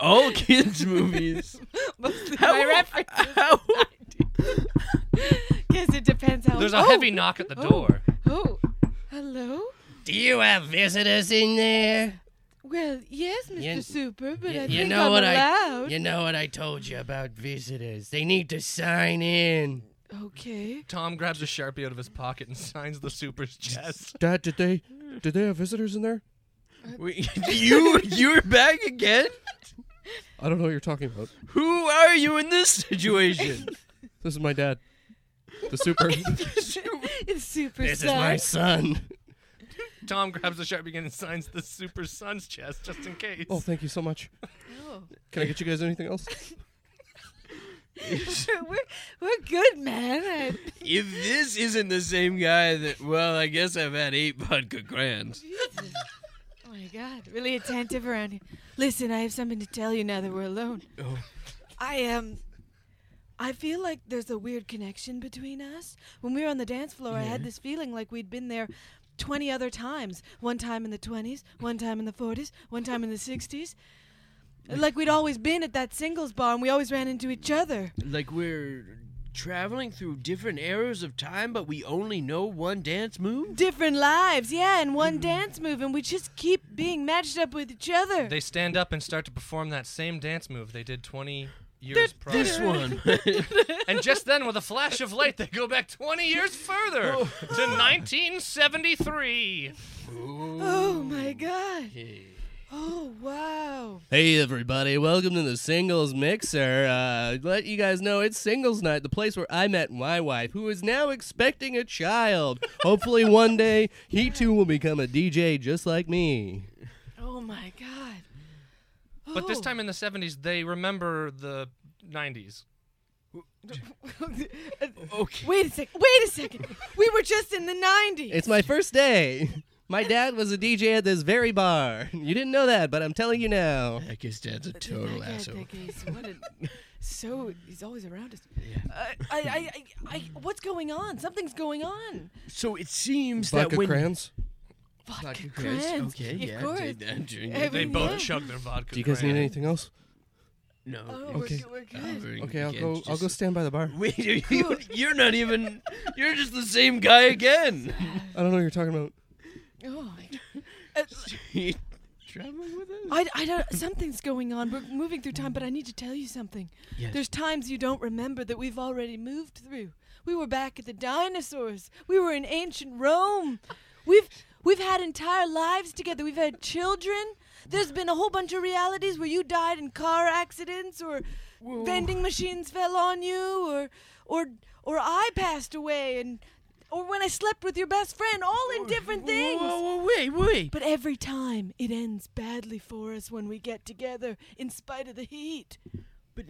[SPEAKER 3] All kids
[SPEAKER 6] (laughs)
[SPEAKER 3] movies.
[SPEAKER 6] Mostly
[SPEAKER 3] How-
[SPEAKER 6] my
[SPEAKER 5] (laughs)
[SPEAKER 6] references.
[SPEAKER 3] how-
[SPEAKER 6] Guess it depends how.
[SPEAKER 2] There's a
[SPEAKER 6] oh,
[SPEAKER 2] heavy knock at the
[SPEAKER 6] oh.
[SPEAKER 2] door.
[SPEAKER 6] Oh, hello. (laughs)
[SPEAKER 5] Do you have visitors in there?
[SPEAKER 6] Well, yes, Mr.
[SPEAKER 5] You-
[SPEAKER 6] Super, but
[SPEAKER 5] you-
[SPEAKER 6] I
[SPEAKER 5] you
[SPEAKER 6] think
[SPEAKER 5] know
[SPEAKER 6] I'm
[SPEAKER 5] what I-
[SPEAKER 6] allowed.
[SPEAKER 5] know what I told you about visitors. They need to sign in.
[SPEAKER 6] Okay.
[SPEAKER 2] Tom grabs a sharpie out of his pocket and signs the super's chest.
[SPEAKER 5] Dad, did they did they have visitors in there?
[SPEAKER 3] Wait, (laughs) you you're back again?
[SPEAKER 5] I don't know what you're talking about.
[SPEAKER 3] Who are you in this situation?
[SPEAKER 5] This is my dad. The super.
[SPEAKER 6] It's super
[SPEAKER 5] this is my son.
[SPEAKER 2] Tom grabs the sharpie again and signs the super's son's chest just in case.
[SPEAKER 5] Oh, thank you so much. Can I get you guys anything else?
[SPEAKER 6] we're, we're good, man. I-
[SPEAKER 3] if this isn't the same guy that well, I guess I've had eight vodka grands.
[SPEAKER 6] Jesus. Oh my God, really attentive around here. Listen, I have something to tell you now that we're alone. I Um, I feel like there's a weird connection between us. When we were on the dance floor, I had this feeling like we'd been there 20 other times. One time in the 20s, one time in the 40s, one time in the 60s. Like we'd always been at that singles bar and we always ran into each other.
[SPEAKER 3] Like we're traveling through different eras of time, but we only know one dance move?
[SPEAKER 6] Different lives, yeah, and one dance move, and we just keep being matched up with each other.
[SPEAKER 2] They stand up and start to perform that same dance move they did 20 years prior.
[SPEAKER 3] This one.
[SPEAKER 2] (laughs) And just then, with a flash of light, they go back 20 years further to 1973.
[SPEAKER 6] oh my god. Oh wow.
[SPEAKER 5] Hey everybody, welcome to the Singles Mixer. Uh, let you guys know it's Singles Night, the place where I met my wife, who is now expecting a child. Hopefully, one day he too will become a DJ just like me.
[SPEAKER 6] Oh my god.
[SPEAKER 2] But this
[SPEAKER 6] Oh.
[SPEAKER 2] time in the 70s, they remember the 90s.
[SPEAKER 3] okay.
[SPEAKER 6] Wait a sec. Wait a second. we were just in the 90s.
[SPEAKER 5] It's my first day. (laughs) My dad was a DJ at this very bar. (laughs) You didn't know that, but I'm telling you now.
[SPEAKER 3] I guess dad's a
[SPEAKER 6] But then
[SPEAKER 3] total
[SPEAKER 6] that guy-
[SPEAKER 3] asshole.
[SPEAKER 6] that guy's- what a- (laughs) so he's always around us. Uh, I, I, I, I, what's going on? Something's going on.
[SPEAKER 3] So it seems
[SPEAKER 5] Vodka
[SPEAKER 3] that when
[SPEAKER 5] crayons?
[SPEAKER 6] Vodka,
[SPEAKER 3] Vodka
[SPEAKER 6] crayons.
[SPEAKER 3] crayons. Okay,
[SPEAKER 6] of
[SPEAKER 3] yeah.
[SPEAKER 6] course.
[SPEAKER 3] Did that, drink
[SPEAKER 6] Hey,
[SPEAKER 3] it.
[SPEAKER 2] They
[SPEAKER 6] Mm, yeah.
[SPEAKER 2] both chug their vodka.
[SPEAKER 5] Do you guys need
[SPEAKER 2] crayon.
[SPEAKER 5] anything else?
[SPEAKER 3] No.
[SPEAKER 6] Oh,
[SPEAKER 3] it's-
[SPEAKER 6] we're
[SPEAKER 5] Okay.
[SPEAKER 6] good- we're
[SPEAKER 3] uh,
[SPEAKER 6] good.
[SPEAKER 3] very
[SPEAKER 5] Okay, I'll
[SPEAKER 3] good,
[SPEAKER 5] go. I'll
[SPEAKER 3] just-
[SPEAKER 5] go stand by the (laughs) bar.
[SPEAKER 3] (laughs) Wait, are you, you're not even. You're just the same guy again. (laughs)
[SPEAKER 5] I don't know what you're talking about.
[SPEAKER 6] Oh, my God. Uh,
[SPEAKER 3] Traveling with us.
[SPEAKER 6] I, I don't. Something's going on. We're moving through time, but I need to tell you something.
[SPEAKER 3] Yes.
[SPEAKER 6] There's times you don't remember that we've already moved through. We were back at the dinosaurs. We were in ancient Rome. We've we've had entire lives together. We've had children. There's been a whole bunch of realities where you died in car accidents, or vending machines fell on you, or or or I passed away, and or when I slept with your best friend. All in different things.
[SPEAKER 3] Whoa, whoa, whoa, wait, wait.
[SPEAKER 6] But every time it ends badly for us when we get together, in spite of the heat.
[SPEAKER 3] But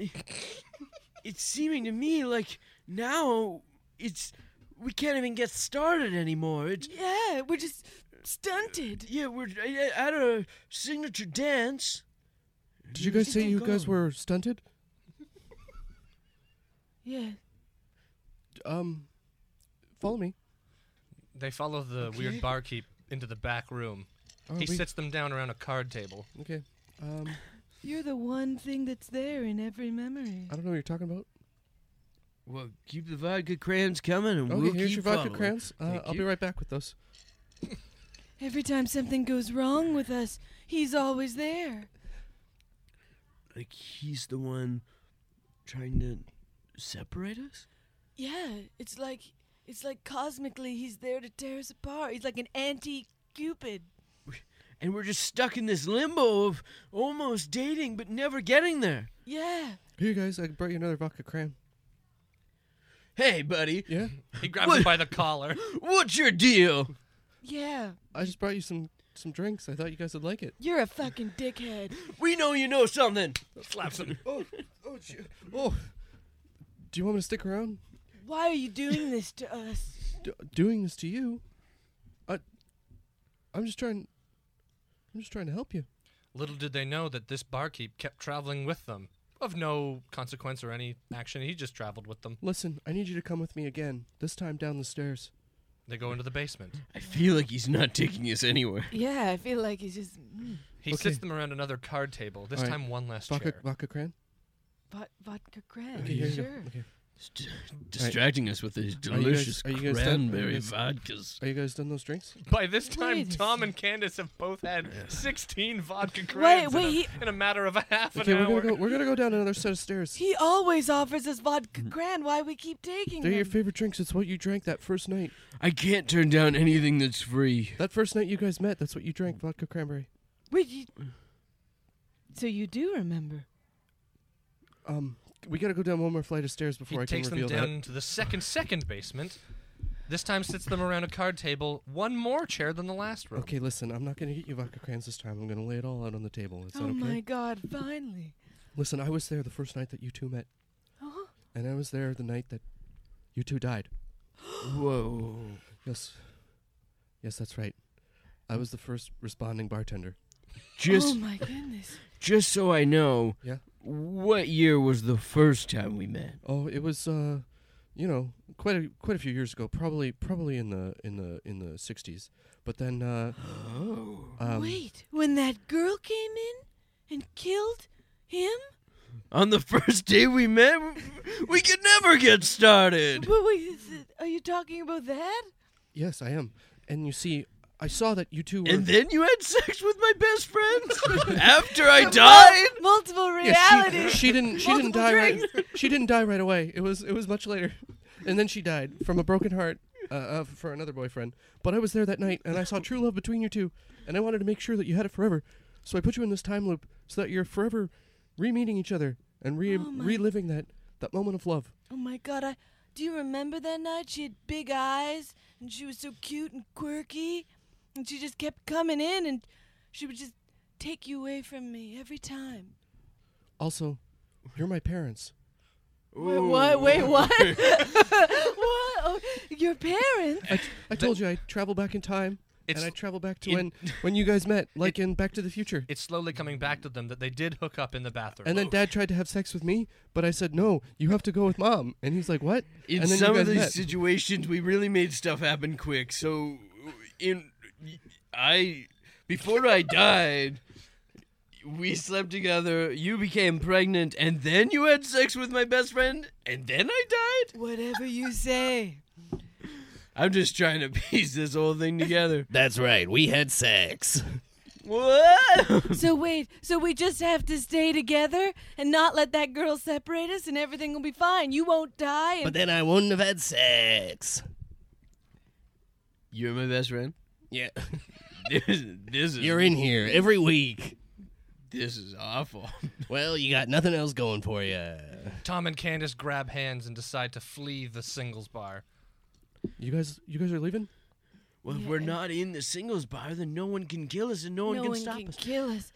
[SPEAKER 3] it's seeming to me like now it's we can't even get started anymore. It's
[SPEAKER 6] Yeah, we're just stunted.
[SPEAKER 3] yeah, we're uh, at a signature dance.
[SPEAKER 5] Did you guys say you guys were stunted?
[SPEAKER 6] Yeah.
[SPEAKER 5] Um, follow me.
[SPEAKER 2] They follow the weird barkeep into the back room.
[SPEAKER 5] Oh,
[SPEAKER 2] he
[SPEAKER 5] wait.
[SPEAKER 2] sits them down around a card table.
[SPEAKER 5] Okay. Um,
[SPEAKER 6] You're the one thing that's there in every memory.
[SPEAKER 5] I don't know what you're talking about.
[SPEAKER 3] Well, keep the vodka crayons coming, and
[SPEAKER 5] Okay,
[SPEAKER 3] we'll
[SPEAKER 5] here's
[SPEAKER 3] keep
[SPEAKER 5] your vodka
[SPEAKER 3] following.
[SPEAKER 5] crayons. Uh,
[SPEAKER 3] Thank
[SPEAKER 5] I'll be
[SPEAKER 3] you.
[SPEAKER 5] right back with those.
[SPEAKER 6] Every time something goes wrong with us, he's always there.
[SPEAKER 3] Like he's the one trying to separate us.
[SPEAKER 6] Yeah, it's like it's like cosmically he's there to tear us apart. He's like an anti Cupid.
[SPEAKER 3] and we're just stuck in this limbo of almost dating but never getting there.
[SPEAKER 6] Yeah.
[SPEAKER 5] Here, you guys, I brought you another vodka crayon.
[SPEAKER 3] Hey, buddy,
[SPEAKER 5] Yeah, (laughs)
[SPEAKER 2] He grabs him by the collar.
[SPEAKER 3] what's your deal?
[SPEAKER 6] Yeah.
[SPEAKER 5] I just brought you some some drinks. I thought you guys would like it.
[SPEAKER 6] You're a fucking dickhead.
[SPEAKER 3] We know you know something.
[SPEAKER 2] Slaps him.
[SPEAKER 5] Oh, oh, gee- oh. Do you want me to stick around?
[SPEAKER 6] Why are you doing this to us?
[SPEAKER 5] D- doing this to you? I, I'm just trying. I'm just trying to help you.
[SPEAKER 2] Little did they know that this barkeep kept traveling with them. Of no consequence or any action, he just traveled with them.
[SPEAKER 5] Listen, I need you to come with me again. This time down the stairs.
[SPEAKER 2] They go into the basement.
[SPEAKER 3] I feel like he's not taking us anywhere.
[SPEAKER 6] Yeah, I feel like he's just mm,
[SPEAKER 2] He
[SPEAKER 5] Okay.
[SPEAKER 2] sits them around another card table, this
[SPEAKER 5] All right.
[SPEAKER 2] time one less
[SPEAKER 5] Vodka,
[SPEAKER 2] chair.
[SPEAKER 5] vodka crayon.
[SPEAKER 6] vod- vodka cran.
[SPEAKER 5] Okay, here you
[SPEAKER 6] sure.
[SPEAKER 5] go. Okay.
[SPEAKER 3] distracting us with these
[SPEAKER 5] you guys-
[SPEAKER 3] delicious
[SPEAKER 5] are you guys done- are
[SPEAKER 3] cranberry
[SPEAKER 5] you
[SPEAKER 3] vodkas.
[SPEAKER 5] Are you guys done those drinks?
[SPEAKER 2] (laughs) By this time,
[SPEAKER 4] Wait a
[SPEAKER 2] Tom and Candace have both had 16 vodka
[SPEAKER 4] Wait,
[SPEAKER 2] crams
[SPEAKER 4] wait,
[SPEAKER 2] in, a, in a matter of a half an
[SPEAKER 5] Okay, we're
[SPEAKER 2] hour.
[SPEAKER 5] gonna go. We're gonna go down another set of stairs.
[SPEAKER 4] He always offers us vodka grand. Why we keep taking
[SPEAKER 5] They're Mm. your
[SPEAKER 4] them?
[SPEAKER 5] favorite drinks. It's what you drank that first night.
[SPEAKER 3] I can't turn down anything that's free.
[SPEAKER 5] That first night you guys met. That's what you
[SPEAKER 2] Mm.
[SPEAKER 5] drank. Vodka cranberry.
[SPEAKER 4] Wait, you... So you do remember?
[SPEAKER 5] Um, we gotta go down one more flight of stairs before
[SPEAKER 2] He
[SPEAKER 5] I can
[SPEAKER 2] takes them
[SPEAKER 5] reveal
[SPEAKER 2] down to the second second basement. This time sits them around a card table, one more chair than the last
[SPEAKER 5] that.
[SPEAKER 2] room.
[SPEAKER 5] Okay, listen. I'm not gonna get you vodka crayons this time. I'm gonna lay it all out on the table. Is
[SPEAKER 4] oh
[SPEAKER 5] that okay?
[SPEAKER 4] my God! Finally. Uh-huh.
[SPEAKER 5] Listen, I was there the first night that you two met,
[SPEAKER 4] Huh?
[SPEAKER 5] and I was there the night that you two died.
[SPEAKER 3] Whoa.
[SPEAKER 5] Yes, yes, that's right. I was the first responding bartender.
[SPEAKER 4] oh
[SPEAKER 3] Just
[SPEAKER 4] my goodness.
[SPEAKER 3] just so I know,
[SPEAKER 5] Yeah.
[SPEAKER 3] what year was the first time we met?
[SPEAKER 5] Oh, it was uh, you know, quite a quite a few years ago. Probably probably in the in the in the '60s. But then uh,
[SPEAKER 3] Oh.
[SPEAKER 5] um,
[SPEAKER 4] Wait, when that girl came in and killed him?
[SPEAKER 3] On the first day we met, we could never get started.
[SPEAKER 4] Wait, wait, is it- are you talking about that?
[SPEAKER 5] Yes, I am. And you see, I saw that you two were.
[SPEAKER 3] And then you had sex with my best
[SPEAKER 5] (laughs)
[SPEAKER 3] friend after I died.
[SPEAKER 4] Multiple
[SPEAKER 5] Yeah,
[SPEAKER 4] realities.
[SPEAKER 5] she, she didn't. She didn't
[SPEAKER 4] Multiple
[SPEAKER 5] die right. (laughs) She didn't die right away. It was. It was much later, and then she died from a broken heart uh, uh, for another boyfriend. But I was there that night, and I saw true love between you two, and I wanted to make sure that you had it forever. So I put you in this time loop so that you're forever re-meeting each other and re-
[SPEAKER 4] Oh my-
[SPEAKER 5] reliving that that moment of love.
[SPEAKER 4] oh my god, I do you remember that night? She had big eyes and she was so cute and quirky, and she just kept coming in and she would just take you away from me every (laughs) time.
[SPEAKER 5] Also, you're my parents.
[SPEAKER 4] Wait, what?
[SPEAKER 5] (laughs)
[SPEAKER 4] Wait, what? what? Oh, your parents?
[SPEAKER 5] I, I told you I travel back in time.
[SPEAKER 2] It's-
[SPEAKER 5] and I travel back to
[SPEAKER 2] it-
[SPEAKER 5] when when you guys met, like in Back to the Future.
[SPEAKER 2] It's slowly coming back to them that they did hook up in the bathroom.
[SPEAKER 5] And then dad tried to have sex with me, but I said, no, you have to go with mom. And he's like, what?
[SPEAKER 3] In
[SPEAKER 5] and then
[SPEAKER 3] some
[SPEAKER 5] you
[SPEAKER 3] of
[SPEAKER 5] guys
[SPEAKER 3] these
[SPEAKER 5] met.
[SPEAKER 3] situations, we really made stuff happen quick. So, in I before I died, we slept together. You became pregnant, and then you had sex with my best friend, and then I died.
[SPEAKER 4] Whatever you say.
[SPEAKER 3] I'm just trying to (laughs) piece this whole thing together.
[SPEAKER 1] That's right. We had sex.
[SPEAKER 3] what?
[SPEAKER 4] So wait, so we just have to stay together and not let that girl separate us, and everything will be fine. You won't die. And
[SPEAKER 1] But then I wouldn't have had sex.
[SPEAKER 3] You're my best friend. (laughs)
[SPEAKER 1] Yeah.
[SPEAKER 3] This, this is
[SPEAKER 1] You're in here every week.
[SPEAKER 3] This is
[SPEAKER 5] (laughs)
[SPEAKER 3] awful.
[SPEAKER 1] Well, you got nothing else going for you.
[SPEAKER 2] Tom and Candace grab hands and decide to flee the singles bar.
[SPEAKER 5] You guys, you guys are leaving.
[SPEAKER 3] Well, if we're not in the singles bar, then no one can kill us, and no one
[SPEAKER 4] no
[SPEAKER 3] can
[SPEAKER 4] one
[SPEAKER 3] stop
[SPEAKER 4] can
[SPEAKER 3] us.
[SPEAKER 4] kill us.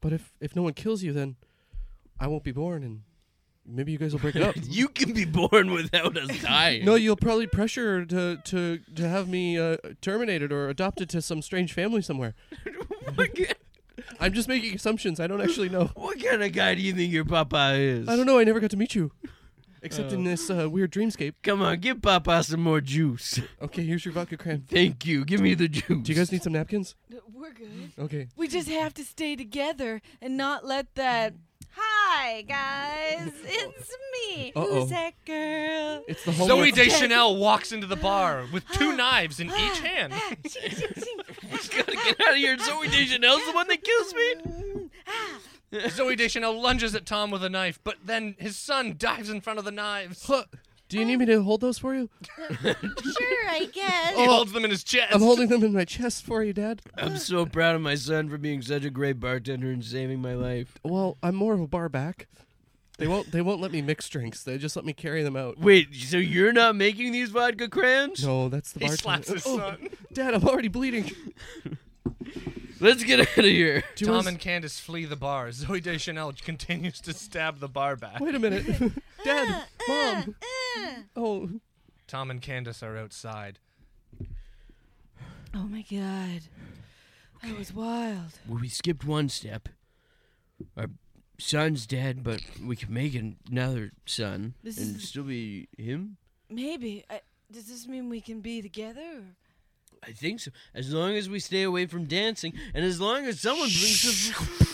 [SPEAKER 5] But if if no one kills you, then I won't be born, and maybe you guys will break it up.
[SPEAKER 3] (laughs) (laughs) You can be born without us dying.
[SPEAKER 5] (laughs) No, you'll probably pressure to to to have me uh, terminated or adopted to some strange family somewhere.
[SPEAKER 3] (laughs) what, kind,
[SPEAKER 5] I'm just making assumptions. I don't actually know.
[SPEAKER 3] what kind of guy do you think your papa is?
[SPEAKER 5] I don't know. I never got to meet you, except
[SPEAKER 3] Oh.
[SPEAKER 5] in this uh, weird dreamscape.
[SPEAKER 3] Come on, give papa some more juice. (laughs)
[SPEAKER 5] Okay, here's your vodka cram.
[SPEAKER 3] Thank you. Give me the juice.
[SPEAKER 5] Do you guys need some napkins?
[SPEAKER 4] We're good.
[SPEAKER 5] Okay.
[SPEAKER 4] We just have to stay together and not let that. Hi guys, it's me.
[SPEAKER 5] Uh-oh.
[SPEAKER 4] Who's that girl?
[SPEAKER 5] It's the whole.
[SPEAKER 2] Zoe Deschanel walks into the bar with two knives in each hand.
[SPEAKER 4] Ah, ching, ching, ching.
[SPEAKER 3] (laughs) gotta get out of here? Zoe
[SPEAKER 4] (laughs)
[SPEAKER 3] Deschanel's the one that kills me.
[SPEAKER 4] Mm, ah.
[SPEAKER 2] Zoe Deschanel lunges at Tom with a knife, but then his son dives in front of the knives.
[SPEAKER 5] Do you need me to hold those for you?
[SPEAKER 4] Sure, I guess.
[SPEAKER 2] He holds them in his chest.
[SPEAKER 5] I'm holding them in my chest for you, Dad.
[SPEAKER 3] I'm so proud of my son for being such a great bartender and saving my life.
[SPEAKER 5] Well, I'm more of a bar back. They won't. They won't let me mix drinks. They just let me carry them out.
[SPEAKER 3] Wait, so you're not making these vodka crayons?
[SPEAKER 5] No, that's
[SPEAKER 2] (laughs)
[SPEAKER 5] the
[SPEAKER 2] he
[SPEAKER 5] bartender.
[SPEAKER 2] slaps his
[SPEAKER 5] Oh,
[SPEAKER 2] son.
[SPEAKER 5] Dad, I'm already bleeding. Do
[SPEAKER 3] Let's get out of here.
[SPEAKER 5] you
[SPEAKER 2] Tom
[SPEAKER 5] wanna-
[SPEAKER 2] and Candace flee the bar. Zoe Deschanel continues to stab the bar back.
[SPEAKER 5] wait a minute, (laughs) Dad, Mom.
[SPEAKER 4] Ah.
[SPEAKER 5] Oh,
[SPEAKER 2] Tom and Candace are outside.
[SPEAKER 4] Oh my god, that was wild.
[SPEAKER 3] Well, we skipped one step. Our son's dead, but we can make another son
[SPEAKER 4] This
[SPEAKER 3] and
[SPEAKER 4] is-
[SPEAKER 3] still be him.
[SPEAKER 4] Maybe. I, does this mean we can be together? or-
[SPEAKER 3] I think so. As long as we stay away from dancing, and as long as someone brings us.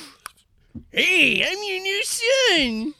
[SPEAKER 1] Hey, I'm your new son.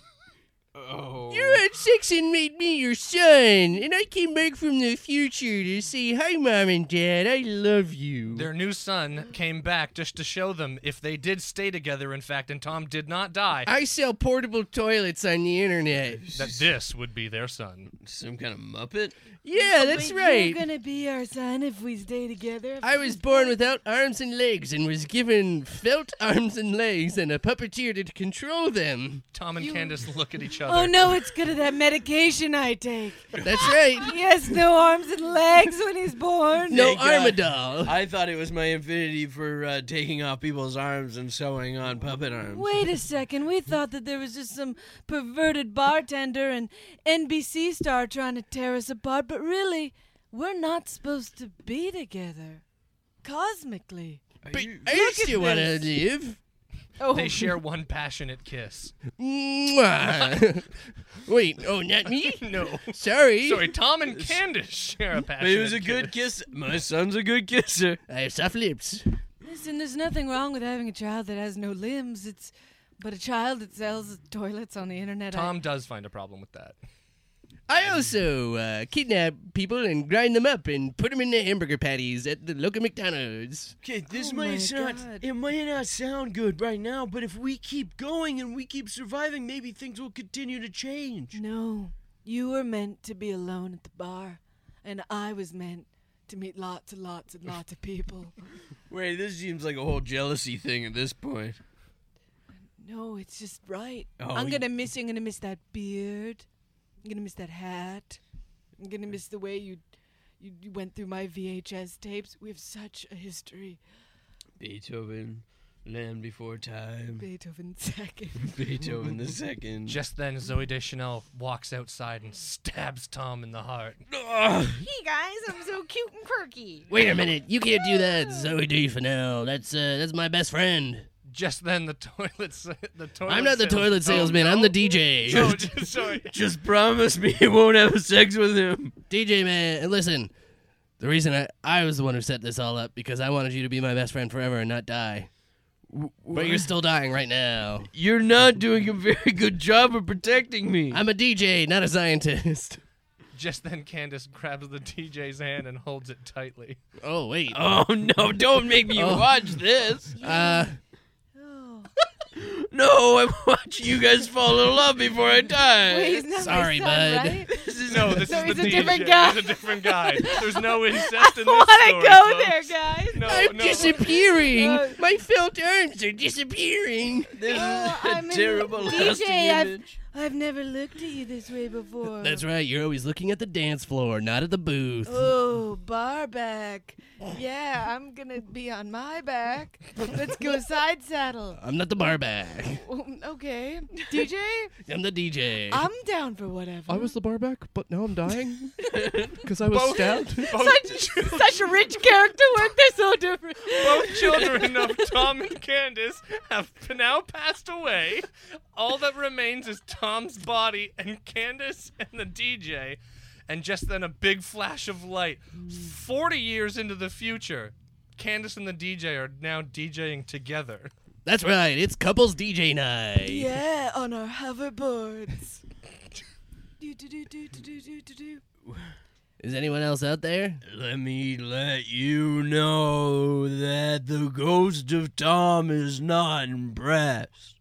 [SPEAKER 3] Oh.
[SPEAKER 1] Your Aunt Sexton made me your son, and I came back from the future to say, Hi, Mom and Dad, I love you.
[SPEAKER 2] Their new son came back just to show them if they did stay together, in fact, and Tom did not die,
[SPEAKER 1] I sell portable toilets on the internet.
[SPEAKER 2] that this would be their son.
[SPEAKER 3] Some kind of Muppet?
[SPEAKER 1] Yeah, that's right.
[SPEAKER 6] You're gonna be our son if we stay together.
[SPEAKER 1] I was born without arms
[SPEAKER 3] (laughs)
[SPEAKER 1] and legs and was given felt arms and legs and a puppeteer to control them.
[SPEAKER 2] Tom and Candace look at each other.
[SPEAKER 6] Oh no, it's good of that medication I take.
[SPEAKER 1] That's right.
[SPEAKER 6] He has no arms and legs when he's born.
[SPEAKER 1] No
[SPEAKER 3] Thank God.
[SPEAKER 1] armadol.
[SPEAKER 3] I thought it was my infinity for uh, taking off people's arms and sewing on puppet arms.
[SPEAKER 6] Wait a second. We thought that there was just some perverted bartender and NBC star trying to tear us apart, but really, we're not supposed to be together. Cosmically.
[SPEAKER 1] But I still want to live.
[SPEAKER 6] Oh,
[SPEAKER 2] They share one passionate kiss.
[SPEAKER 1] Mwah. (laughs) Wait, oh, not (laughs) me?
[SPEAKER 2] No.
[SPEAKER 1] Sorry.
[SPEAKER 2] Sorry, Tom and Candace share a
[SPEAKER 3] But
[SPEAKER 2] passionate
[SPEAKER 3] it was a good kiss. My son's a good kisser.
[SPEAKER 1] I have soft lips.
[SPEAKER 6] Listen, there's nothing wrong with having a child that has no limbs. It's but a child that sells toilets on the internet. I-
[SPEAKER 2] Tom does find a problem with that.
[SPEAKER 1] I also uh, kidnap people and grind them up and put them in the hamburger patties at the local McDonald's.
[SPEAKER 3] Okay, this
[SPEAKER 6] Oh
[SPEAKER 3] might
[SPEAKER 6] my
[SPEAKER 3] not.
[SPEAKER 6] God.
[SPEAKER 3] It might not sound good right now, but if we keep going and we keep surviving, maybe things will continue to change.
[SPEAKER 6] No, you were meant to be alone at the bar, and I was meant to meet lots and lots and lots of people.
[SPEAKER 3] Wait, this seems like a whole jealousy thing at this point.
[SPEAKER 6] No, it's just right.
[SPEAKER 3] Oh,
[SPEAKER 6] I'm
[SPEAKER 3] you-
[SPEAKER 6] gonna miss you. I'm gonna miss that beard. I'm gonna miss that hat. I'm gonna miss the way you, you, you went through my VHS tapes. We have such a history.
[SPEAKER 3] Beethoven, Land Before Time,
[SPEAKER 6] Beethoven (laughs) second.
[SPEAKER 3] Beethoven the Second.
[SPEAKER 2] Just then, Zoe Deschanel walks outside and stabs Tom in the heart.
[SPEAKER 6] hey guys, I'm so cute and quirky.
[SPEAKER 1] Wait a minute, you can't do that, Zoe D. Fennell. That's uh, that's my best friend.
[SPEAKER 2] Just then, the toilet. sa- The toilet.
[SPEAKER 1] I'm not the
[SPEAKER 2] sales-
[SPEAKER 1] toilet salesman. Oh, I'm the DJ. (laughs)
[SPEAKER 2] (laughs) Oh, just- sorry.
[SPEAKER 3] Just promise me you won't have sex with him.
[SPEAKER 1] DJ man, and listen. The reason I, I was the one who set this all up because I wanted you to be my best friend forever and not die. But you're still dying right now. (laughs)
[SPEAKER 3] You're not doing a very good job of protecting me.
[SPEAKER 1] I'm a DJ, not a scientist.
[SPEAKER 2] Just then, Candace grabs the DJ's hand and holds it tightly.
[SPEAKER 1] Oh wait.
[SPEAKER 3] oh no! Don't make me
[SPEAKER 2] Oh.
[SPEAKER 3] watch this.
[SPEAKER 1] Uh,
[SPEAKER 6] Oh,
[SPEAKER 3] No, I'm watching you guys fall in love before I die.
[SPEAKER 6] wait, he's not
[SPEAKER 1] Sorry,
[SPEAKER 6] my
[SPEAKER 1] bud.
[SPEAKER 6] son, right?
[SPEAKER 3] This is
[SPEAKER 2] No, this
[SPEAKER 6] So
[SPEAKER 2] is
[SPEAKER 6] he's
[SPEAKER 2] the
[SPEAKER 6] a
[SPEAKER 2] DJ.
[SPEAKER 6] different guy.
[SPEAKER 2] There's a different
[SPEAKER 6] (laughs)
[SPEAKER 2] guy. There's no incest in this
[SPEAKER 6] I
[SPEAKER 2] story.
[SPEAKER 6] wanna go
[SPEAKER 2] folks.
[SPEAKER 6] there, guys.
[SPEAKER 2] No,
[SPEAKER 1] I'm
[SPEAKER 2] no.
[SPEAKER 1] disappearing.
[SPEAKER 6] Uh,
[SPEAKER 1] my felt arms are disappearing.
[SPEAKER 3] This
[SPEAKER 6] Oh,
[SPEAKER 3] is a
[SPEAKER 6] I'm in-
[SPEAKER 3] terrible
[SPEAKER 6] DJ,
[SPEAKER 3] lasting
[SPEAKER 6] I've-
[SPEAKER 3] image.
[SPEAKER 6] I've never looked at you this way before.
[SPEAKER 1] That's right. You're always looking at the dance floor, not at the booth.
[SPEAKER 6] Oh, bar back. Yeah, I'm gonna be on my back. Let's go side saddle.
[SPEAKER 1] I'm not the bar back. (laughs)
[SPEAKER 6] Oh, Okay, DJ,
[SPEAKER 1] I'm the DJ.
[SPEAKER 6] I'm down for whatever.
[SPEAKER 5] I was the barback, but now
[SPEAKER 2] (laughs)
[SPEAKER 5] I'm dying because I was stabbed.
[SPEAKER 6] such, such a rich character work. They're so different. (laughs)
[SPEAKER 2] Both children of Tom and Candace have now passed away. All that remains is Tom's body and Candace and the DJ. And just then, a big flash of light. 40 years into the future, Candace and the DJ are now DJing together.
[SPEAKER 1] That's right. It's couples DJ night.
[SPEAKER 6] Yeah, on our hoverboards. (laughs) do do do do do do do do do.
[SPEAKER 1] Is anyone else out there?
[SPEAKER 3] Let me let you know that the ghost of Tom is not impressed.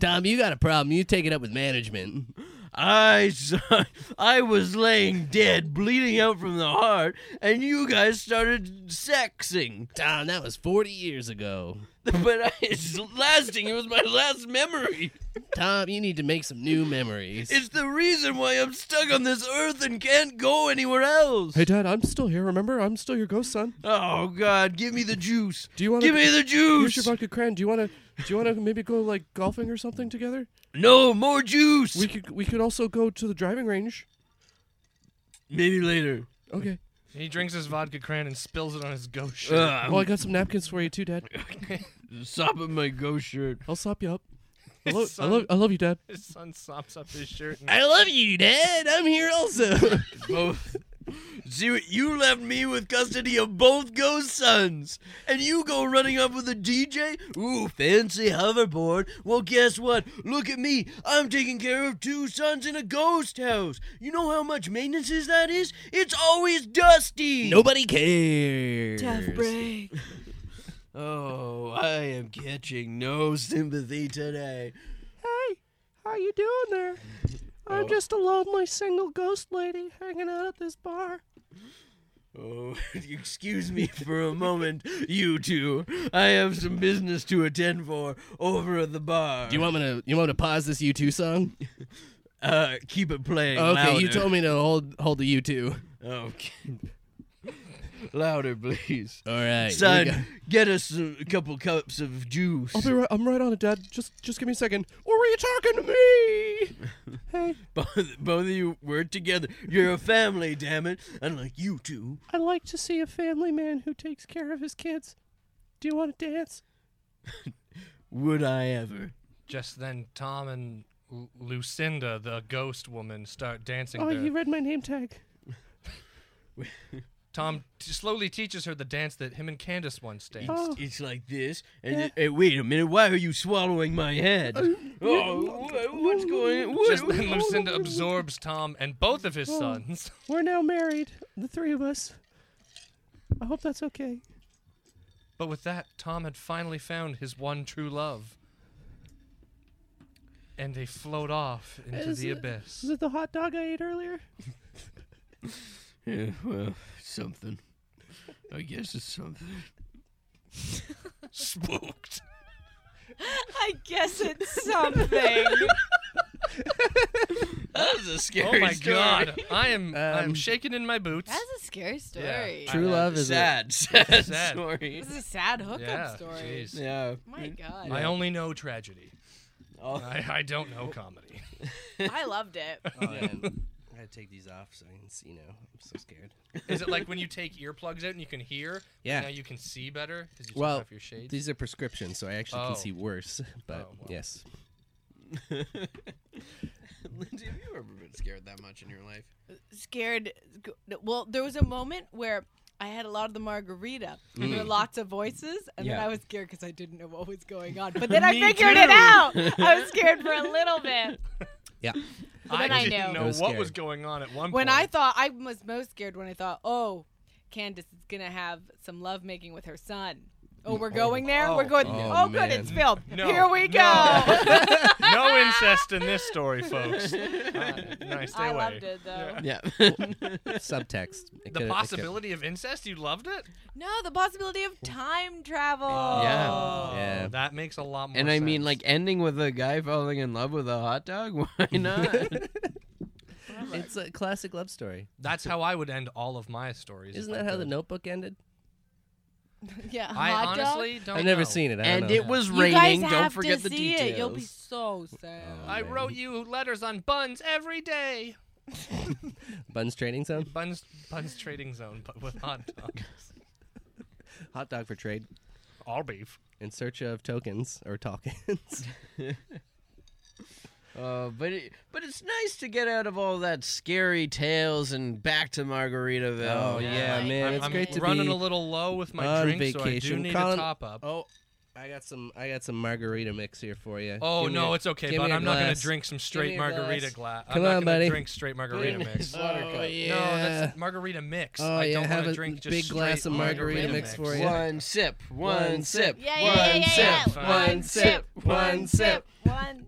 [SPEAKER 1] Tom, you got a problem. You take it up with management.
[SPEAKER 3] I saw, (laughs) I was laying dead, bleeding out from the heart, and you guys started sexing.
[SPEAKER 1] Tom, Ah, that was 40 years ago.
[SPEAKER 3] But I, it's lasting. It was my last memory.
[SPEAKER 1] Tom, you need to make some new memories.
[SPEAKER 3] It's the reason why I'm stuck on this earth and can't go anywhere else.
[SPEAKER 5] Hey, Dad, I'm still here. Remember, I'm still your ghost son.
[SPEAKER 3] Oh God, give me the juice.
[SPEAKER 5] Do you want
[SPEAKER 3] Give me the
[SPEAKER 5] Here's your
[SPEAKER 3] juice.
[SPEAKER 5] vodka cran. Do you want to? Do you want to maybe go like golfing or something together?
[SPEAKER 3] No more juice.
[SPEAKER 5] We could. We could also go to the driving range.
[SPEAKER 3] Maybe later.
[SPEAKER 5] Okay.
[SPEAKER 2] He drinks his vodka cran and spills it on his ghost shirt.
[SPEAKER 3] Ugh,
[SPEAKER 5] Well, I got some napkins for you too, Dad.
[SPEAKER 3] I'm Ah, sopping my ghost shirt.
[SPEAKER 5] I'll
[SPEAKER 7] (laughs)
[SPEAKER 5] slap you up. I, lo- I
[SPEAKER 2] son-
[SPEAKER 5] love. I love you, Dad.
[SPEAKER 2] His son sops up his shirt. And
[SPEAKER 3] (laughs)
[SPEAKER 1] I love you, Dad. I'm here also.
[SPEAKER 3] Both See, you left me with custody of both ghost sons, and you go running up with a DJ? Ooh, fancy hoverboard. Well, guess what? Look at me. I'm taking care of two sons in a ghost house. You know how much maintenance is that is? It's always dusty.
[SPEAKER 5] Nobody cares.
[SPEAKER 4] break.
[SPEAKER 3] Oh, I am catching no sympathy today.
[SPEAKER 7] Hey, how you doing there? I'm just a lonely single ghost lady hanging out at this bar.
[SPEAKER 3] Oh, (laughs) excuse me for a moment, you two. I have some business to attend for over at the bar.
[SPEAKER 5] Do you want me to? You want me to pause this U2 song?
[SPEAKER 3] Uh, keep it playing.
[SPEAKER 5] Okay,
[SPEAKER 3] louder.
[SPEAKER 5] you told me to hold hold the U2.
[SPEAKER 3] Okay. (laughs) louder, please.
[SPEAKER 5] All right, here we go. Oh,
[SPEAKER 3] Son, get us a a couple cups of juice.
[SPEAKER 7] (laughs) I'll be right. I'm right on it, Dad. Just, just give me a second. Or were you talking to (laughs) me? hey,
[SPEAKER 3] both, both of you work together. You're a family, damn it. Unlike you two.
[SPEAKER 7] I like to see a family man who takes care of his kids. Do you want to dance?
[SPEAKER 3] Would I ever?
[SPEAKER 2] Just then, Tom and L- Lucinda, the ghost woman, start dancing.
[SPEAKER 7] Oh,
[SPEAKER 2] their-
[SPEAKER 7] you read my name tag.
[SPEAKER 2] Tom t- slowly teaches her the dance that him and Candace once danced.
[SPEAKER 7] Oh.
[SPEAKER 3] It's like this, and it- hey, wait a minute. Why are you swallowing my head?
[SPEAKER 5] Uh,
[SPEAKER 3] Oh, wha- what's going? on? What,
[SPEAKER 7] (laughs)
[SPEAKER 2] Just then, Lucinda absorbs Tom and both of his
[SPEAKER 7] Oh.
[SPEAKER 2] sons. (laughs)
[SPEAKER 7] We're now married, the three of us. I hope that's okay.
[SPEAKER 2] But with that, Tom had finally found his one true love. And they float off into
[SPEAKER 7] Is
[SPEAKER 2] the
[SPEAKER 7] it- (laughs)
[SPEAKER 2] abyss.
[SPEAKER 7] Is it the hot dog I ate earlier?
[SPEAKER 3] Yeah, well, something. I guess it's something.
[SPEAKER 2] Spooked.
[SPEAKER 4] I guess it's something.
[SPEAKER 3] That was a
[SPEAKER 2] Oh
[SPEAKER 3] scary
[SPEAKER 2] my god. I am
[SPEAKER 7] Um,
[SPEAKER 2] I'm shaking in my boots.
[SPEAKER 4] That's a scary story.
[SPEAKER 2] I-
[SPEAKER 5] True love is a,
[SPEAKER 3] Sad, (laughs) sad,
[SPEAKER 2] Sad.
[SPEAKER 3] story.
[SPEAKER 4] This is a sad hookup
[SPEAKER 2] yeah.
[SPEAKER 4] story.
[SPEAKER 2] jeez.
[SPEAKER 3] Yeah.
[SPEAKER 4] My God,
[SPEAKER 2] I only know tragedy.
[SPEAKER 3] Oh.
[SPEAKER 2] I, I don't know
[SPEAKER 5] (laughs)
[SPEAKER 2] comedy.
[SPEAKER 4] I loved it.
[SPEAKER 5] Oh, man. (laughs) I gotta take these off so I can see now. I'm so scared.
[SPEAKER 2] Is it like when you take earplugs out and you can hear?
[SPEAKER 5] Yeah.
[SPEAKER 2] Now you can see better because you
[SPEAKER 5] Well,
[SPEAKER 2] took off your shades.
[SPEAKER 5] These are prescriptions, so I actually
[SPEAKER 2] Oh.
[SPEAKER 5] can see worse. (laughs) But
[SPEAKER 2] Oh, wow.
[SPEAKER 5] yes,
[SPEAKER 3] Lindsay, have you ever been scared that much in your life?
[SPEAKER 4] scared. Well, there was a moment where I had a lot of the margarita, and there were lots of voices, and then
[SPEAKER 5] Yeah.
[SPEAKER 4] I was scared because I didn't know what was going on. But then I
[SPEAKER 3] Me
[SPEAKER 4] figured it
[SPEAKER 3] too.
[SPEAKER 4] out. I was scared for a little bit.
[SPEAKER 5] yeah.
[SPEAKER 4] But then I,
[SPEAKER 2] I didn't
[SPEAKER 4] know.
[SPEAKER 2] know
[SPEAKER 5] It
[SPEAKER 2] what
[SPEAKER 5] was
[SPEAKER 2] was
[SPEAKER 5] scary.
[SPEAKER 2] going on at one
[SPEAKER 4] When I
[SPEAKER 2] point.
[SPEAKER 4] thought I was most scared when I thought, oh, Candace is gonna have some love making with her son. Oh, we're going there. we're going.
[SPEAKER 5] oh,
[SPEAKER 4] Oh, good,
[SPEAKER 5] man.
[SPEAKER 4] it's filled.
[SPEAKER 2] No,
[SPEAKER 4] Here
[SPEAKER 2] no.
[SPEAKER 4] we go. (laughs)
[SPEAKER 2] no incest in this story, folks. Uh, no, stay
[SPEAKER 4] I
[SPEAKER 2] away.
[SPEAKER 4] loved it though.
[SPEAKER 3] Yeah.
[SPEAKER 5] Subtext. It coulda- it
[SPEAKER 2] The
[SPEAKER 5] coulda-
[SPEAKER 2] possibility of incest, you loved it?
[SPEAKER 4] No, the possibility of time travel.
[SPEAKER 3] Yeah.
[SPEAKER 5] Yeah.
[SPEAKER 2] Oh, That makes a lot more
[SPEAKER 3] and I mean,
[SPEAKER 2] sense.
[SPEAKER 3] like ending with a guy falling in love with a hot dog. (laughs) Why not?
[SPEAKER 5] It's a classic love story.
[SPEAKER 2] That's how I would end all of my stories.
[SPEAKER 5] Isn't
[SPEAKER 2] if
[SPEAKER 5] that
[SPEAKER 2] I
[SPEAKER 5] how the
[SPEAKER 2] could.
[SPEAKER 5] Notebook ended?
[SPEAKER 4] Yeah,
[SPEAKER 2] I
[SPEAKER 4] hot dog?
[SPEAKER 2] honestly don't.
[SPEAKER 5] I've never
[SPEAKER 7] Oh,
[SPEAKER 2] know.
[SPEAKER 5] seen it. I
[SPEAKER 3] and
[SPEAKER 5] don't know.
[SPEAKER 3] it was
[SPEAKER 4] You
[SPEAKER 3] raining.
[SPEAKER 4] guys
[SPEAKER 3] Don't
[SPEAKER 4] have
[SPEAKER 3] forget the
[SPEAKER 4] to see
[SPEAKER 3] details.
[SPEAKER 4] It. You'll be so
[SPEAKER 3] Oh.
[SPEAKER 4] sad.
[SPEAKER 2] I
[SPEAKER 5] man.
[SPEAKER 2] wrote you letters on buns every day.
[SPEAKER 5] Buns Trading Zone.
[SPEAKER 2] Buns, buns trading zone, but with hot dogs.
[SPEAKER 5] Hot dog for trade.
[SPEAKER 2] all beef.
[SPEAKER 5] In search of tokens or tokens.
[SPEAKER 3] Uh, but it, but it's nice to get out of all that scary tales and back to Margaritaville.
[SPEAKER 5] Oh, yeah,
[SPEAKER 4] my
[SPEAKER 5] man,
[SPEAKER 4] God.
[SPEAKER 5] it's
[SPEAKER 2] I'm
[SPEAKER 5] great to
[SPEAKER 2] running
[SPEAKER 5] be
[SPEAKER 2] a little low with my
[SPEAKER 5] on
[SPEAKER 2] drink, so I do
[SPEAKER 5] vacation.
[SPEAKER 2] need
[SPEAKER 5] Colin-
[SPEAKER 2] a top up. Oh,
[SPEAKER 5] Oh, I got some. I got some margarita mix here for you. Give me
[SPEAKER 2] Oh, no,
[SPEAKER 5] a-
[SPEAKER 2] it's okay,
[SPEAKER 5] give
[SPEAKER 2] but
[SPEAKER 5] me a
[SPEAKER 2] I'm not gonna
[SPEAKER 5] glass.
[SPEAKER 2] drink some straight
[SPEAKER 5] a
[SPEAKER 2] margarita
[SPEAKER 5] glass.
[SPEAKER 2] glass.
[SPEAKER 5] Come
[SPEAKER 2] I'm not
[SPEAKER 5] on,
[SPEAKER 2] gonna
[SPEAKER 5] buddy.
[SPEAKER 2] drink straight margarita mix.
[SPEAKER 5] Oh yeah.
[SPEAKER 2] No, that's margarita mix.
[SPEAKER 5] Oh,
[SPEAKER 2] I
[SPEAKER 5] yeah,
[SPEAKER 2] don't
[SPEAKER 5] have
[SPEAKER 2] want
[SPEAKER 5] a
[SPEAKER 2] to drink just
[SPEAKER 5] big glass
[SPEAKER 2] straight
[SPEAKER 5] of margarita mix for you.
[SPEAKER 3] One sip, one sip,
[SPEAKER 4] Yeah,
[SPEAKER 3] one
[SPEAKER 4] yeah, yeah, yeah,
[SPEAKER 3] sip,
[SPEAKER 4] yeah.
[SPEAKER 3] one sip, one sip.
[SPEAKER 4] One.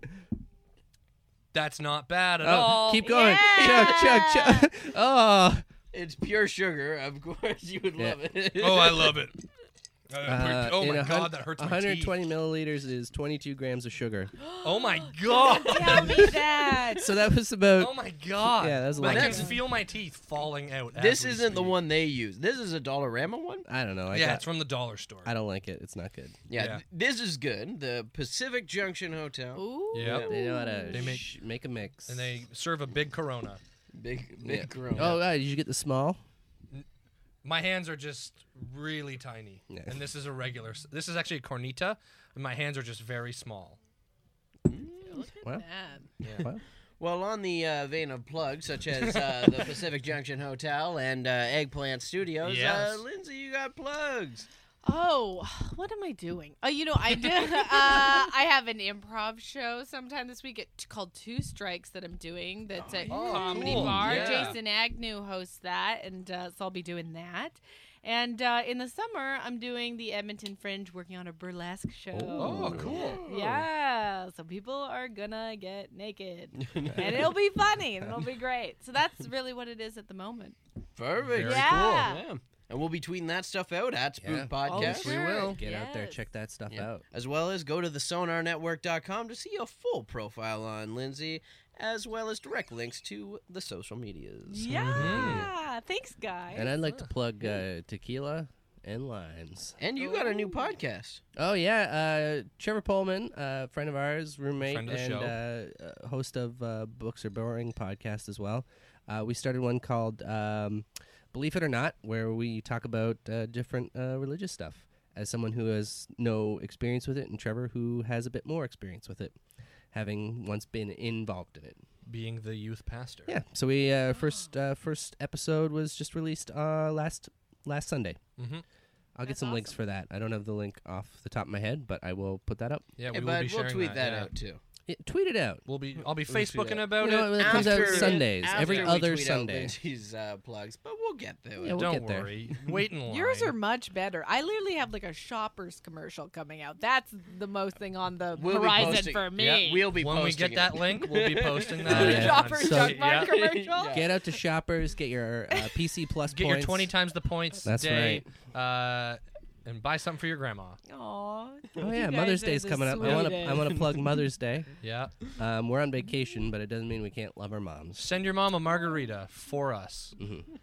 [SPEAKER 2] That's not bad at
[SPEAKER 5] Oh,
[SPEAKER 2] all.
[SPEAKER 5] keep going.
[SPEAKER 4] Yeah.
[SPEAKER 5] Chug, chug, chug. (laughs) Oh.
[SPEAKER 3] It's pure sugar. Of course, (laughs) you would
[SPEAKER 5] Yeah.
[SPEAKER 3] love it.
[SPEAKER 2] oh, I love it. Uh,
[SPEAKER 5] Uh,
[SPEAKER 2] oh
[SPEAKER 5] in
[SPEAKER 2] my
[SPEAKER 5] a hun-
[SPEAKER 2] god, that hurts my teeth.
[SPEAKER 5] 120 milliliters is 22 grams of sugar.
[SPEAKER 2] Oh my god.
[SPEAKER 5] (laughs)
[SPEAKER 4] Tell me that.
[SPEAKER 5] So that was about.
[SPEAKER 2] Oh my god.
[SPEAKER 5] Yeah, that was a
[SPEAKER 2] I
[SPEAKER 5] lot.
[SPEAKER 2] can
[SPEAKER 3] That's-
[SPEAKER 2] feel my teeth falling out. as
[SPEAKER 3] this
[SPEAKER 2] we
[SPEAKER 3] isn't the
[SPEAKER 2] speak.
[SPEAKER 3] one they use. This is a Dollarama one.
[SPEAKER 5] I don't know. I
[SPEAKER 2] Yeah,
[SPEAKER 5] got,
[SPEAKER 2] it's from the dollar store.
[SPEAKER 5] I don't like it. It's not good.
[SPEAKER 3] Yeah,
[SPEAKER 2] Yeah.
[SPEAKER 3] th- this is good. The Pacific Junction Hotel.
[SPEAKER 4] Ooh.
[SPEAKER 2] Yep.
[SPEAKER 5] They know how to
[SPEAKER 2] They make-
[SPEAKER 5] sh- make a mix.
[SPEAKER 2] And they serve a big Corona.
[SPEAKER 3] Big,
[SPEAKER 5] Yeah.
[SPEAKER 3] big room.
[SPEAKER 5] Oh, God, did you get the small?
[SPEAKER 2] My hands are just really tiny,
[SPEAKER 5] Yeah.
[SPEAKER 2] and this is a regular. s- This is actually a cornita, and my hands are just very small.
[SPEAKER 4] Look at
[SPEAKER 5] Well.
[SPEAKER 4] that.
[SPEAKER 5] Well,
[SPEAKER 3] Well, on the uh, vein of plugs, such as uh, the Pacific Junction Hotel and uh, Eggplant Studios,
[SPEAKER 2] Yes.
[SPEAKER 3] uh, Lindsay, you got plugs.
[SPEAKER 4] Oh, what am I doing? Oh, you know, I do. (laughs) uh, I have an improv show sometime this week at, called Two Strikes that I'm doing. That's at Comedy
[SPEAKER 2] cool.
[SPEAKER 4] Bar.
[SPEAKER 3] Oh, Yeah.
[SPEAKER 4] Jason Agnew hosts that, and uh, so I'll be doing that. And uh, in the summer, I'm doing the Edmonton Fringe, working on a burlesque show.
[SPEAKER 1] Oh, cool.
[SPEAKER 4] Yeah, so people are gonna get naked, and it'll be funny, and it'll be great. So that's really what it is at
[SPEAKER 1] (laughs)
[SPEAKER 4] the moment.
[SPEAKER 3] Perfect.
[SPEAKER 4] Very Yeah.
[SPEAKER 3] cool. Yeah. And we'll be tweeting that stuff out at Spook
[SPEAKER 1] Yeah.
[SPEAKER 3] Podcast.
[SPEAKER 4] sure. will.
[SPEAKER 1] Get out there,
[SPEAKER 4] Yes.
[SPEAKER 1] check that stuff
[SPEAKER 3] Yeah.
[SPEAKER 1] out.
[SPEAKER 3] As well as go to the sonarnetwork.com to see a full profile on Lindsay, as well as direct links to the social medias.
[SPEAKER 4] Yeah, Mm-hmm. thanks, guys.
[SPEAKER 1] And I'd like to plug uh, tequila and lines.
[SPEAKER 3] And you got a new podcast.
[SPEAKER 1] Oh yeah, uh, Trevor Pullman, uh, friend of ours, roommate,
[SPEAKER 2] Friend of the
[SPEAKER 1] and Uh, uh, host of uh, Books Are Boring podcast as well. Uh, we started one called um, Believe It or Not, where we talk about uh, different uh, religious stuff. As someone who has no experience with it, and Trevor, who has a bit more experience with it, having once been involved in it.
[SPEAKER 2] Being the youth pastor.
[SPEAKER 1] Yeah. So we uh, first uh, first episode was just released uh, last last Sunday.
[SPEAKER 2] Mhm.
[SPEAKER 1] I'll get
[SPEAKER 4] That's
[SPEAKER 1] some links
[SPEAKER 4] awesome.
[SPEAKER 1] for that. I don't have the link off the top of my head, but I will put that up.
[SPEAKER 2] Yeah,
[SPEAKER 3] Hey,
[SPEAKER 2] we will
[SPEAKER 3] bud,
[SPEAKER 2] be
[SPEAKER 3] we'll
[SPEAKER 2] sharing
[SPEAKER 3] tweet that,
[SPEAKER 2] yeah.
[SPEAKER 3] out too.
[SPEAKER 1] Yeah, tweet it out.
[SPEAKER 2] We'll be. I'll be
[SPEAKER 3] We'll tweet
[SPEAKER 2] Facebooking
[SPEAKER 3] out.
[SPEAKER 2] about
[SPEAKER 1] You know,
[SPEAKER 2] it.
[SPEAKER 1] it comes out
[SPEAKER 3] After-
[SPEAKER 1] Sundays, every
[SPEAKER 3] after we
[SPEAKER 1] other
[SPEAKER 3] tweet out
[SPEAKER 1] Sunday.
[SPEAKER 3] Lindsay's uh, plugs, but we'll get there.
[SPEAKER 1] Yeah, we'll
[SPEAKER 2] Don't
[SPEAKER 1] get there.
[SPEAKER 2] worry. Wait in line.
[SPEAKER 4] (laughs) Yours are much better. I literally have like a shoppers commercial coming out. That's the most thing on the
[SPEAKER 3] We'll be
[SPEAKER 4] horizon
[SPEAKER 3] posting-
[SPEAKER 4] for me.
[SPEAKER 3] yeah, we'll be
[SPEAKER 2] when we
[SPEAKER 3] posting
[SPEAKER 2] get that
[SPEAKER 3] it.
[SPEAKER 2] link,
[SPEAKER 3] (laughs)
[SPEAKER 2] we'll be posting
[SPEAKER 4] (laughs) The
[SPEAKER 2] that.
[SPEAKER 1] Oh, yeah.
[SPEAKER 4] shoppers
[SPEAKER 1] So-
[SPEAKER 4] drug mart
[SPEAKER 2] yeah.
[SPEAKER 4] (laughs) commercial.
[SPEAKER 1] Get out to shoppers. Get your uh, PC plus
[SPEAKER 2] Get your
[SPEAKER 1] points.
[SPEAKER 2] twenty times the points
[SPEAKER 1] That's
[SPEAKER 2] day, uh, and buy something for your grandma.
[SPEAKER 4] Aw,
[SPEAKER 1] Oh
[SPEAKER 4] (laughs) you
[SPEAKER 1] yeah,
[SPEAKER 4] guys
[SPEAKER 1] Mother's
[SPEAKER 4] are
[SPEAKER 1] Day's
[SPEAKER 4] the
[SPEAKER 1] coming up. I want to I
[SPEAKER 4] sweetest.
[SPEAKER 1] want to
[SPEAKER 4] (laughs)
[SPEAKER 1] plug Mother's Day.
[SPEAKER 2] Yeah.
[SPEAKER 1] Um, we're on vacation, but it doesn't mean we can't love our moms.
[SPEAKER 2] Send your mom a margarita for us.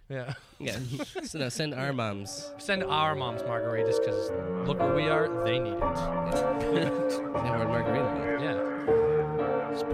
[SPEAKER 2] Yeah. (laughs)
[SPEAKER 4] (laughs)
[SPEAKER 1] Yeah. so no, send our moms.
[SPEAKER 2] Send our moms margaritas because look where we are. They need it.
[SPEAKER 1] They were in margarita.
[SPEAKER 2] Yeah.